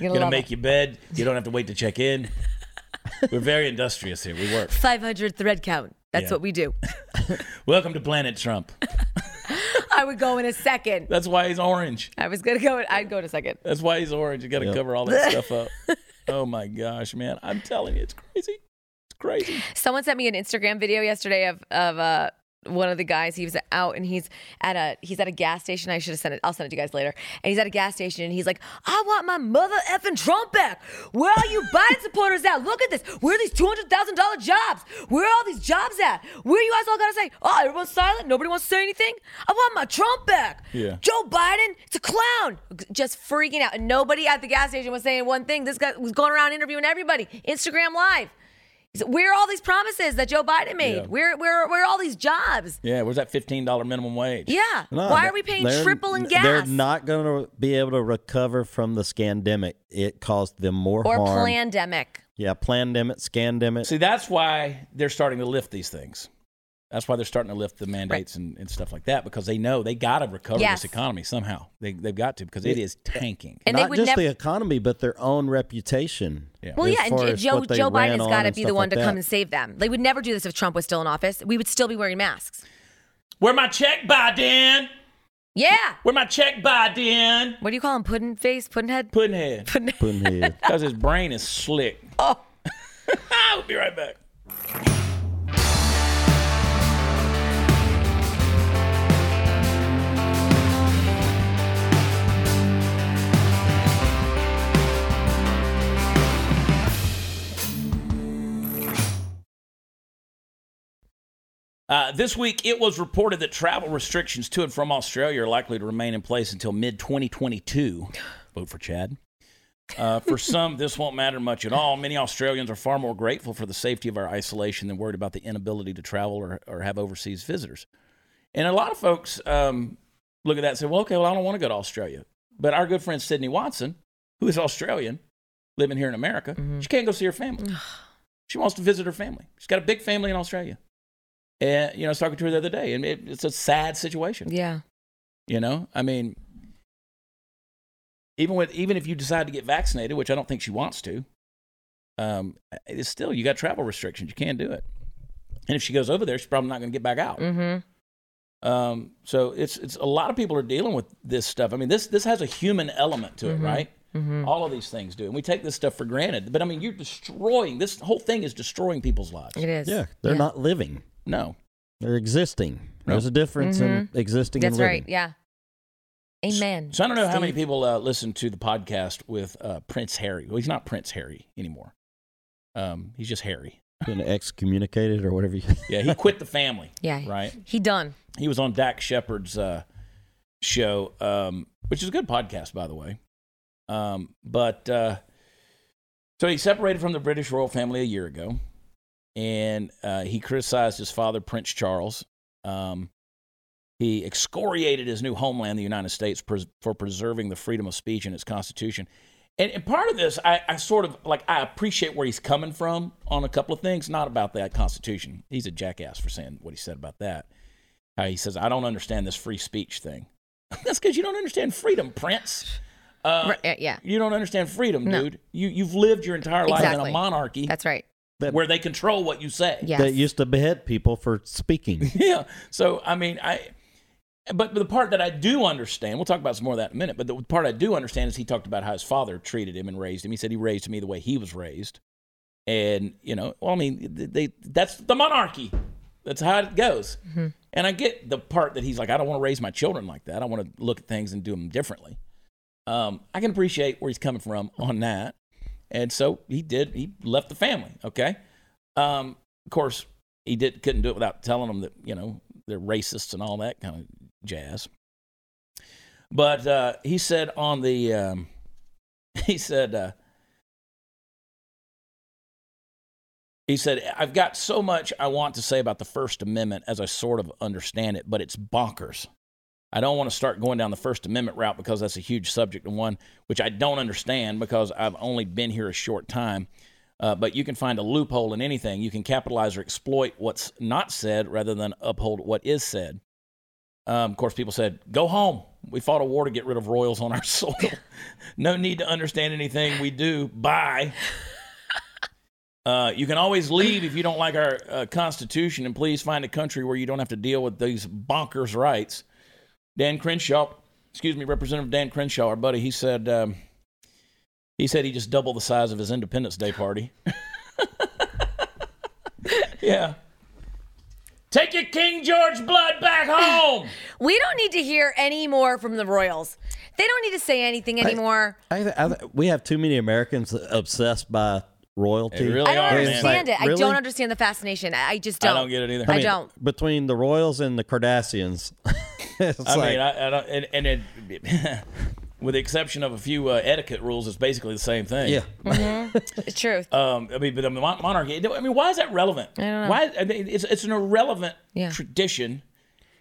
Speaker 1: gonna
Speaker 2: love
Speaker 1: make your bed. You don't have to wait to check in. We're very industrious here. We work.
Speaker 2: 500 thread count. That's
Speaker 1: Yeah.
Speaker 2: what we do.
Speaker 1: Welcome to Planet Trump.
Speaker 2: I would go in a second.
Speaker 1: That's why he's orange.
Speaker 2: I was gonna go. In, I'd go in a second.
Speaker 1: That's why he's orange. You got to cover all that stuff up. Oh my gosh, man! I'm telling you, it's crazy. It's crazy.
Speaker 2: Someone sent me an Instagram video yesterday of of uh, one of the guys. He was out and he's at a he's at a gas station. I should have sent it. I'll send it to you guys later. And he's at a gas station and he's like, "I want my mother effing Trump back. Where are you Biden supporters at? Look at this. Where are these two hundred thousand dollar jobs? Where are all these jobs at? Where you guys all gotta say? Oh, everyone's silent. Nobody wants to say anything. I want my Trump back.
Speaker 1: Yeah.
Speaker 2: Joe Biden, it's a clown. Just freaking out. And nobody at the gas station was saying one thing. This guy was going around interviewing everybody. Instagram live. So Where are all these promises that Joe Biden made?
Speaker 1: Yeah.
Speaker 2: Where, where, where are all these jobs?
Speaker 1: Yeah, where's that fifteen dollar minimum wage?
Speaker 2: Yeah.
Speaker 3: No,
Speaker 2: Why are we paying
Speaker 3: they're-
Speaker 2: triple in
Speaker 3: They're
Speaker 2: gas?
Speaker 3: not going to be able to recover from the scandemic. It caused them more
Speaker 2: or
Speaker 3: harm.
Speaker 2: pandemic.
Speaker 3: yeah, pandemic, scandemic.
Speaker 1: See, that's why they're starting to lift these things. That's why they're starting to lift the mandates and, and stuff like that because they know they got to recover
Speaker 2: Yes.
Speaker 1: this economy somehow. They, they've got to because it is tanking.
Speaker 2: And they
Speaker 3: not
Speaker 2: would
Speaker 3: just
Speaker 2: never.
Speaker 3: the economy, but their own reputation.
Speaker 1: Yeah.
Speaker 2: well,
Speaker 3: as
Speaker 2: yeah, and
Speaker 3: far
Speaker 2: J-
Speaker 3: as
Speaker 2: Joe
Speaker 3: what they
Speaker 2: Joe
Speaker 3: ran
Speaker 2: Biden's
Speaker 3: on
Speaker 2: got to
Speaker 3: and
Speaker 2: be the
Speaker 3: stuff
Speaker 2: one
Speaker 3: like
Speaker 2: to
Speaker 3: that.
Speaker 2: come and save them. They would never do this if Trump was still in office. We would still be wearing masks.
Speaker 1: Where my check, Biden?
Speaker 2: Yeah.
Speaker 1: Where my check, Biden?
Speaker 2: What do you call him? Puddin' face, puddin' head.
Speaker 1: Puddinhead.
Speaker 3: Putting here.
Speaker 1: Because his brain is slick. Oh. we'll be right back. Uh, this week, it was reported that travel restrictions to and from Australia are likely to remain in place until mid 2022. Vote for Chad. Uh, for some, this won't matter much at all. Many Australians are far more grateful for the safety of our isolation than worried about the inability to travel or, or have overseas visitors. And a lot of folks um, look at that and say, well, okay, well, I don't want to go to Australia. But our good friend Sydney Watson, who is Australian, living here in America, she can't go see her family. she wants to visit her family. She's got a big family in Australia. And, you know, I was talking to her the other day, and it, it's a sad situation.
Speaker 2: Yeah.
Speaker 1: You know, I mean, even with even if you decide to get vaccinated, which I don't think she wants to, um, it's still you got travel restrictions. You can't do it. And if she goes over there, she's probably not going to get back out.
Speaker 2: Mm-hmm.
Speaker 1: Um, so it's it's a lot of people are dealing with this stuff. I mean, this this has a human element to it, right? All of these things do, and we take this stuff for granted. But I mean, you're destroying this whole thing is destroying people's lives.
Speaker 2: It is.
Speaker 3: Yeah, they're not living.
Speaker 1: No,
Speaker 3: They're existing.
Speaker 1: No.
Speaker 3: There's a difference in existing
Speaker 2: Mm-hmm. That's
Speaker 3: and
Speaker 2: right.
Speaker 3: living.
Speaker 2: Yeah. Amen.
Speaker 1: So I don't know how many
Speaker 2: Steve.
Speaker 1: people uh, listen to the podcast with uh, Prince Harry. Well, he's not Prince Harry anymore. Um, he's just Harry.
Speaker 3: Been excommunicated or whatever. You,
Speaker 1: Yeah, he quit the family.
Speaker 2: Yeah.
Speaker 1: Right.
Speaker 2: He done.
Speaker 1: He was on Dak Shepard's uh, show, um, which is a good podcast, by the way. Um, but uh, so he separated from the British royal family a year ago, and uh, he criticized his father, Prince Charles. Um, he excoriated his new homeland, the United States, pres- for preserving the freedom of speech in its constitution. And, and part of this, I, I sort of like, I appreciate where he's coming from on a couple of things, not about that constitution. He's a jackass for saying what he said about that. How he says, I don't understand this free speech thing. That's because you don't understand freedom, Prince. Uh,
Speaker 2: Right, yeah.
Speaker 1: you don't understand freedom,
Speaker 2: No.
Speaker 1: dude. You you've lived your entire life in
Speaker 2: Exactly.
Speaker 1: a monarchy.
Speaker 2: That's right.
Speaker 3: That-
Speaker 1: where they control what you say.
Speaker 2: Yes.
Speaker 3: that used to behead people for speaking.
Speaker 1: Yeah. So I mean, I. But the part that I do understand, we'll talk about some more of that in a minute. But the part I do understand is he talked about how his father treated him and raised him. He said he raised me the way he was raised, and you know, well, I mean, they, that's the monarchy. That's how it goes. And I get the part that he's like, I don't want to raise my children like that. I want to look at things and do them differently. Um, I can appreciate where he's coming from on that. And so he did. He left the family. Okay. Um, of course, he did couldn't do it without telling them that you know they're racists and all that kind of jazz. But uh, he said on the um, he said uh, he said I've got so much I want to say about the First Amendment as I sort of understand it, but it's bonkers. I don't want to start going down the First Amendment route because that's a huge subject and one which I don't understand because I've only been here a short time. Uh, but you can find a loophole in anything. You can capitalize or exploit what's not said rather than uphold what is said. Um, of course, people said, go home. We fought a war to get rid of royals on our soil. no need to understand anything we do. Bye. Uh, you can always leave if you don't like our uh, Constitution, and please find a country where you don't have to deal with these bonkers rights. Dan Crenshaw, excuse me, Representative Dan Crenshaw, our buddy, he said, um, he said he just doubled the size of his Independence Day party. yeah. Take your King George blood back home.
Speaker 2: We don't need to hear any more from the Royals. They don't need to say anything anymore.
Speaker 3: I, th- I, th- we have too many Americans obssessed by royalty.
Speaker 1: They really
Speaker 2: I don't
Speaker 1: are, man.
Speaker 2: understand
Speaker 3: Like,
Speaker 2: it. I
Speaker 3: really?
Speaker 2: don't understand the fascination. I I just
Speaker 1: I
Speaker 2: don't.
Speaker 1: don't get it either.
Speaker 2: I,
Speaker 1: I mean,
Speaker 2: don't.
Speaker 3: Between the royals and the Cardassians, it's
Speaker 1: I
Speaker 3: like
Speaker 1: mean, I, I don't, and, and it, with the exception of a few uh, etiquette rules, it's basically the same thing.
Speaker 3: yeah.
Speaker 2: It's truth.
Speaker 1: Um, I mean, but the mon- monarchy. I mean, why is that relevant? I
Speaker 2: don't know.
Speaker 1: Why? I mean, it's it's an irrelevant
Speaker 2: Yeah.
Speaker 1: tradition,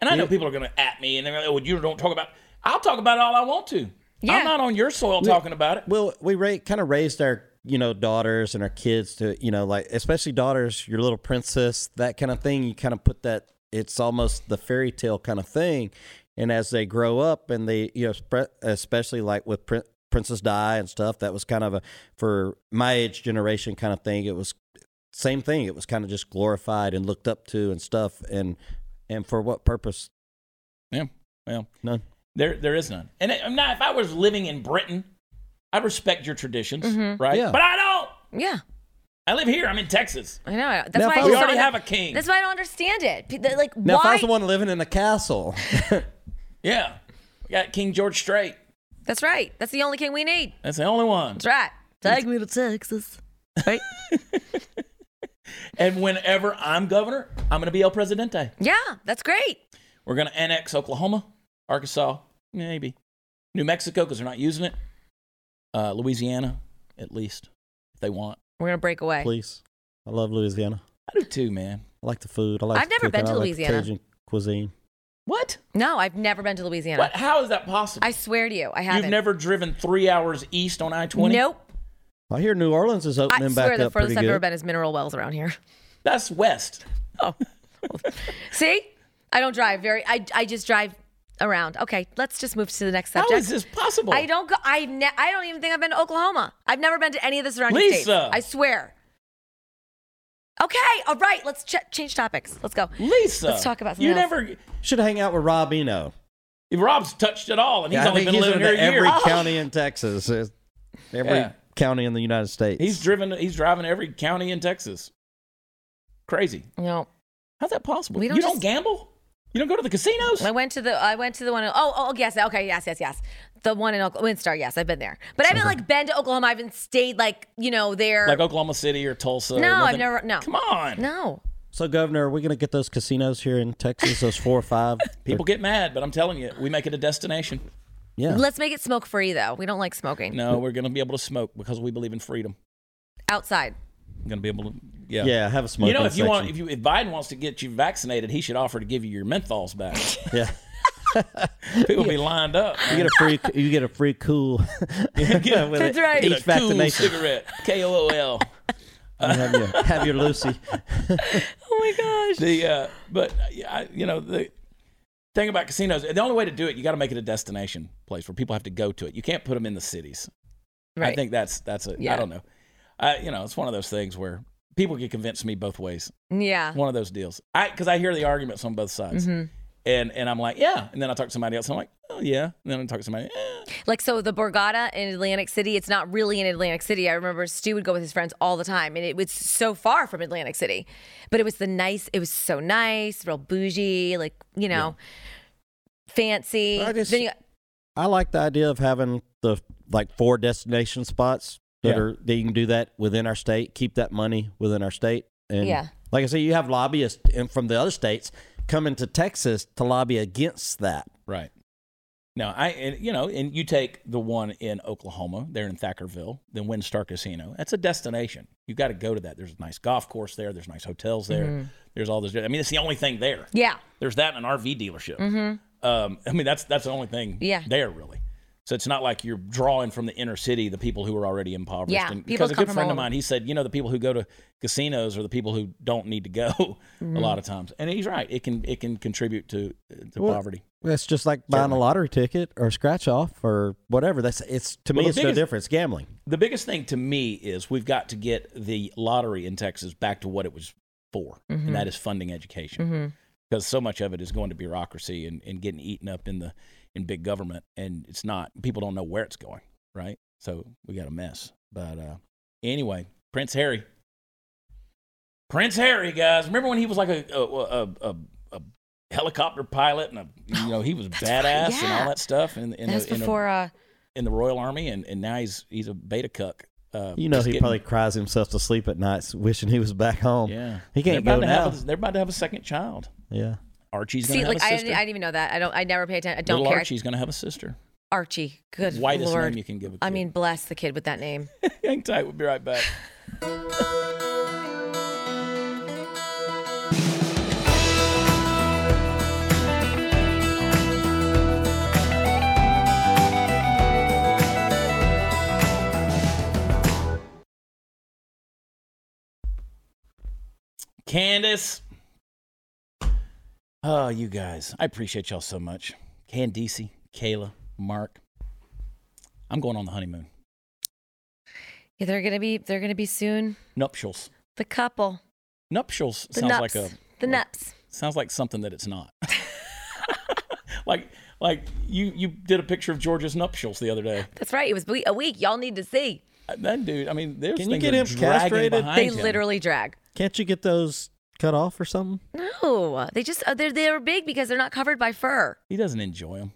Speaker 1: and I know people are going to at me and they're like, "Oh, you don't talk about." I'll talk about it all I want to.
Speaker 2: Yeah.
Speaker 1: I'm not on your soil talking about it.
Speaker 3: Well, we ra- kind of raised our you know daughters and our kids to you know like especially daughters, your little princess, that kind of thing. You kind of put that. It's almost the fairy tale kind of thing. And as they grow up, and they you know spre- especially like with Prin- Princess Di and stuff, that was kind of a for my age generation kind of thing. It was same thing. It was kind of just glorified and looked up to and stuff. And and for what purpose?
Speaker 1: Yeah. Well,
Speaker 3: None.
Speaker 1: There, there is none. And it- now, if I was living in Britain, I respect your traditions,
Speaker 2: Mm-hmm.
Speaker 1: right?
Speaker 3: Yeah.
Speaker 1: But I don't.
Speaker 2: yeah,
Speaker 1: I live here. I'm in Texas.
Speaker 2: I know. That's
Speaker 3: Now,
Speaker 2: why
Speaker 3: if
Speaker 2: I
Speaker 3: I- We
Speaker 2: just
Speaker 1: already
Speaker 2: don't-
Speaker 1: have a king.
Speaker 2: Oh, That's why I don't understand it. P- the- Like
Speaker 3: Now, if I
Speaker 2: why?
Speaker 3: was the one living in a castle,
Speaker 1: Yeah, we got King George Strait.
Speaker 2: That's right. That's the only king we need.
Speaker 1: That's the only one.
Speaker 2: That's right. Take me to Texas. Right?
Speaker 1: And whenever I'm governor, I'm going to be El Presidente.
Speaker 2: yeah, that's great.
Speaker 1: We're going to annex Oklahoma, Arkansas, maybe New Mexico because they're not using it. Uh, Louisiana, at least if they want.
Speaker 2: We're gonna break away.
Speaker 3: please. I love Louisiana.
Speaker 1: I do too, man.
Speaker 3: I like the food. I like.
Speaker 2: I've
Speaker 3: the
Speaker 2: never
Speaker 3: cooking.
Speaker 2: been to
Speaker 3: I like the
Speaker 2: Louisiana.
Speaker 3: Cajun cuisine.
Speaker 1: What?
Speaker 2: No, I've never been to Louisiana.
Speaker 1: What? How is that possible?
Speaker 2: I swear to you, I haven't.
Speaker 1: You've never driven three hours east on I-20.
Speaker 2: Nope.
Speaker 3: I hear New Orleans is opening
Speaker 2: I
Speaker 3: back
Speaker 2: swear the
Speaker 3: up pretty
Speaker 2: furthest I've ever
Speaker 3: good.
Speaker 2: been is mineral wells around here.
Speaker 1: that's west.
Speaker 2: See? I don't drive very I I just drive around. Okay, let's just move to the next
Speaker 1: How
Speaker 2: subject.
Speaker 1: is this possible?
Speaker 2: I don't go I ne- I don't even think I've been to Oklahoma. I've never been to any of the surrounding
Speaker 1: Lisa!
Speaker 2: states. I swear. Okay, all right, let's ch- change topics. Let's go.
Speaker 1: Lisa,
Speaker 2: Let's talk about
Speaker 1: you.
Speaker 2: something else.
Speaker 1: Never.
Speaker 3: Should hang out with Rob Eno.
Speaker 1: if Rob's touched it all, and he's
Speaker 3: I
Speaker 1: only
Speaker 3: think
Speaker 1: been
Speaker 3: he's
Speaker 1: living
Speaker 3: been
Speaker 1: here
Speaker 3: to
Speaker 1: a year.
Speaker 3: every
Speaker 2: Oh.
Speaker 3: county in Texas, uh, every
Speaker 1: Yeah.
Speaker 3: county in the United States.
Speaker 1: He's driven. He's driving every county in Texas. Crazy.
Speaker 2: No.
Speaker 1: How's that possible?
Speaker 2: We don't
Speaker 1: you don't
Speaker 2: just-
Speaker 1: gamble. You don't go to the casinos.
Speaker 2: I went to the I went to the one in, oh oh yes okay yes yes yes the one in Oklahoma, Windstar yes I've been there but I haven't like been to Oklahoma I haven't stayed like you know there
Speaker 1: like Oklahoma City or Tulsa. or
Speaker 2: No, I've
Speaker 1: nothing.
Speaker 2: never- no.
Speaker 1: Come on.
Speaker 2: no
Speaker 3: so, Governor, are we going to get those casinos here in Texas? Those four or five
Speaker 1: People get mad, but I'm telling you, we make it a destination.
Speaker 3: Yeah,
Speaker 2: let's make it smoke free though we don't like smoking
Speaker 1: No, we're going to be able to smoke because we believe in freedom.
Speaker 2: outside
Speaker 1: I'm going to be able to. Yeah.
Speaker 3: yeah. Have a smoke.
Speaker 1: You know, if you want, if you if Biden wants to get you vaccinated, he should offer to give you your menthols back.
Speaker 3: yeah,
Speaker 1: People be lined up.
Speaker 3: you get a free, you get a free cool. with
Speaker 2: That's
Speaker 3: it.
Speaker 2: right.
Speaker 3: Each
Speaker 1: Get a cool
Speaker 3: vaccination.
Speaker 1: cigarette. K O O L.
Speaker 3: have, your, have your Lucy.
Speaker 2: oh my gosh
Speaker 1: The uh, but yeah, I- you know the thing about casinos, the only way to do it, you got to make it a destination place where people have to go to it. You can't put them in the cities.
Speaker 2: right
Speaker 1: I think that's that's a I
Speaker 2: Yeah.
Speaker 1: don't know. I you know, it's one of those things where people can convince me both ways.
Speaker 2: Yeah.
Speaker 1: One of those deals. I because I hear the arguments on both sides.
Speaker 2: Mm-hmm.
Speaker 1: And, and I'm like, yeah. And then I talk to somebody else. And I'm like, oh, yeah. And then I talk to somebody, eh,
Speaker 2: Like so, the Borgata in Atlantic City. It's not really in Atlantic City. I remember Stu would go with his friends all the time, and it was so far from Atlantic City, but it was the nice. It was so nice, real bougie, like you know, fancy.
Speaker 3: I just-
Speaker 2: then you,
Speaker 3: I like the idea of having the like four destination spots that
Speaker 1: Yeah.
Speaker 3: are that you can do that within our state, keep that money within our state. And
Speaker 2: Yeah.
Speaker 3: like I say, you have lobbyists in, from the other states coming to Texas to lobby against that.
Speaker 1: Right. No, I and you know, and you take the one in Oklahoma, there in Thackerville, the Windstar Casino. That's a destination. You got to go to that. There's a nice golf course there. There's nice hotels there.
Speaker 2: Mm-hmm.
Speaker 1: There's all this. I mean, it's the only thing there.
Speaker 2: yeah,
Speaker 1: There's that and an RV dealership. Um, I mean, that's that's the only thing.
Speaker 2: Mm-hmm. Yeah.
Speaker 1: There really. So it's not like you're drawing from the inner city the people who are already impoverished.
Speaker 2: Yeah,
Speaker 1: and,
Speaker 2: people
Speaker 1: because a
Speaker 2: come
Speaker 1: good
Speaker 2: from
Speaker 1: friend
Speaker 2: all
Speaker 1: of
Speaker 2: over.
Speaker 1: mine, he said, you know, the people who go to casinos are the people who don't need to go a lot of times, and he's right. It can it can contribute to to
Speaker 3: Well,
Speaker 1: poverty.
Speaker 3: That's just like buying a lottery ticket or scratch off or whatever. That's it's to
Speaker 1: Well,
Speaker 3: me
Speaker 1: the
Speaker 3: it's no
Speaker 1: biggest-
Speaker 3: difference. Gambling.
Speaker 1: The biggest thing to me is we've got to get the lottery in Texas back to what it was for,
Speaker 2: Mm-hmm.
Speaker 1: and that is funding education. Because so much of it is going to bureaucracy and, and getting eaten up in the in big government, and it's not people don't know where it's going, right? So we got a mess. But uh, anyway, Prince Harry, Prince Harry, guys, remember when he was like a a, a, a, a helicopter pilot and a, you know he was
Speaker 2: right,
Speaker 1: badass and
Speaker 2: yeah.
Speaker 1: all that stuff, and, and
Speaker 2: that was
Speaker 1: a- and a-
Speaker 2: before. Uh,
Speaker 1: in the Royal Army, and, and now he's he's a beta cuck. Uh,
Speaker 3: You know
Speaker 1: just
Speaker 3: he
Speaker 1: getting-
Speaker 3: probably cries himself to sleep at nights wishing he was back home.
Speaker 1: yeah
Speaker 3: He can't
Speaker 1: they're
Speaker 3: go
Speaker 1: about to
Speaker 3: now.
Speaker 1: have a- they're about to have a second child.
Speaker 3: yeah.
Speaker 1: Archie's gonna
Speaker 2: see,
Speaker 1: have
Speaker 2: like
Speaker 1: a
Speaker 2: I,
Speaker 1: sister.
Speaker 2: didn't, I didn't even know that. I don't. I never pay attention. I don't
Speaker 1: Little
Speaker 2: care.
Speaker 1: Archie's gonna have a sister.
Speaker 2: Archie. Good
Speaker 1: Whitest
Speaker 2: lord.
Speaker 1: name you can give a kid.
Speaker 2: I mean, bless the kid with that name.
Speaker 1: hang tight. We'll be right back. Candace. Oh, you guys. I appreciate y'all so much. Candice, Kayla, Mark. I'm going on the honeymoon.
Speaker 2: Yeah, they're gonna be. They're gonna be soon.
Speaker 1: Nuptials.
Speaker 2: The couple.
Speaker 1: Nuptials
Speaker 2: The
Speaker 1: sounds
Speaker 2: nuts.
Speaker 1: like a
Speaker 2: the
Speaker 1: like-
Speaker 2: nuts.
Speaker 1: sounds like something that it's not. like like you you did a picture of George's nuptials the other day.
Speaker 2: That's right. It was we- a week. Y'all need to see.
Speaker 1: Uh, That dude, I mean, there's
Speaker 3: Can you
Speaker 1: things
Speaker 3: get
Speaker 1: are
Speaker 3: him
Speaker 1: dragging
Speaker 3: castrated?
Speaker 1: behind
Speaker 2: They
Speaker 1: him.
Speaker 2: literally drag.
Speaker 3: Can't you get those cut off or something?
Speaker 2: No, they just uh, they're they're big because they're not covered by fur.
Speaker 1: He doesn't enjoy them.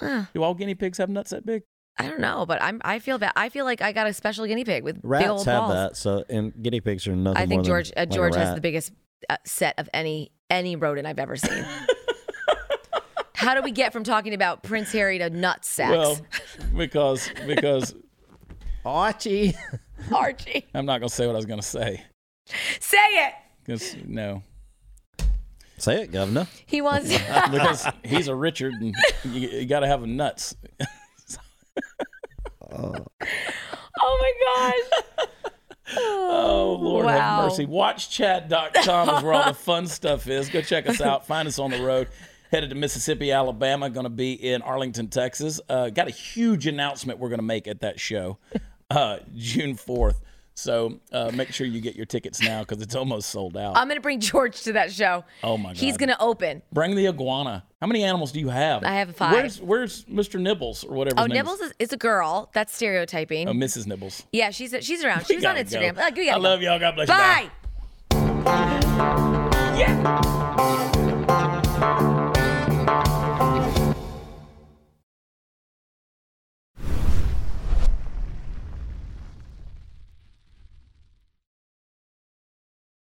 Speaker 2: Ugh,
Speaker 1: Do all guinea pigs have nuts that big?
Speaker 2: I don't know, but I'm I feel bad. I feel like I got a special guinea pig with big
Speaker 3: Rats
Speaker 2: old
Speaker 3: have
Speaker 2: balls.
Speaker 3: that, so and guinea pigs are
Speaker 2: I
Speaker 3: nothing.
Speaker 2: think
Speaker 3: more
Speaker 2: George uh,
Speaker 3: than, like a
Speaker 2: George has
Speaker 3: rat.
Speaker 2: the biggest uh, set of any any rodent I've ever seen. How do we get from talking about Prince Harry to nut sacks,
Speaker 1: Well, because because
Speaker 3: Archie.
Speaker 2: Archie,
Speaker 1: I'm not gonna say what I was gonna say.
Speaker 2: say it.
Speaker 1: 'Cause, no,
Speaker 3: Say it, Governor.
Speaker 2: He wants.
Speaker 1: because he's a Richard, and you, you got to have nuts.
Speaker 2: oh my gosh.
Speaker 1: Oh Lord
Speaker 2: Wow.
Speaker 1: have mercy. Watchchat.com is where all the fun stuff is. Go check us out. Find us on the road. Headed to Mississippi, Alabama. Going to be in Arlington, Texas. Uh, got a huge announcement we're going to make at that show, uh, June fourth. So uh, make sure you get your tickets now because it's almost sold out.
Speaker 2: I'm gonna bring George to that show.
Speaker 1: Oh, my
Speaker 2: He's
Speaker 1: God.
Speaker 2: gonna open.
Speaker 1: Bring the iguana. How many animals do you have?
Speaker 2: I have five.
Speaker 1: Where's Where's Mr. Nibbles or whatever?
Speaker 2: Oh,
Speaker 1: his name
Speaker 2: Nibbles
Speaker 1: Is?
Speaker 2: is, is a girl. That's stereotyping.
Speaker 1: Oh, Mrs. Nibbles.
Speaker 2: Yeah, she's she's around. She was on
Speaker 1: gotta go.
Speaker 2: Instagram. Look, we
Speaker 1: I
Speaker 2: gotta go.
Speaker 1: love y'all. God bless you.
Speaker 2: Bye.
Speaker 1: Yeah.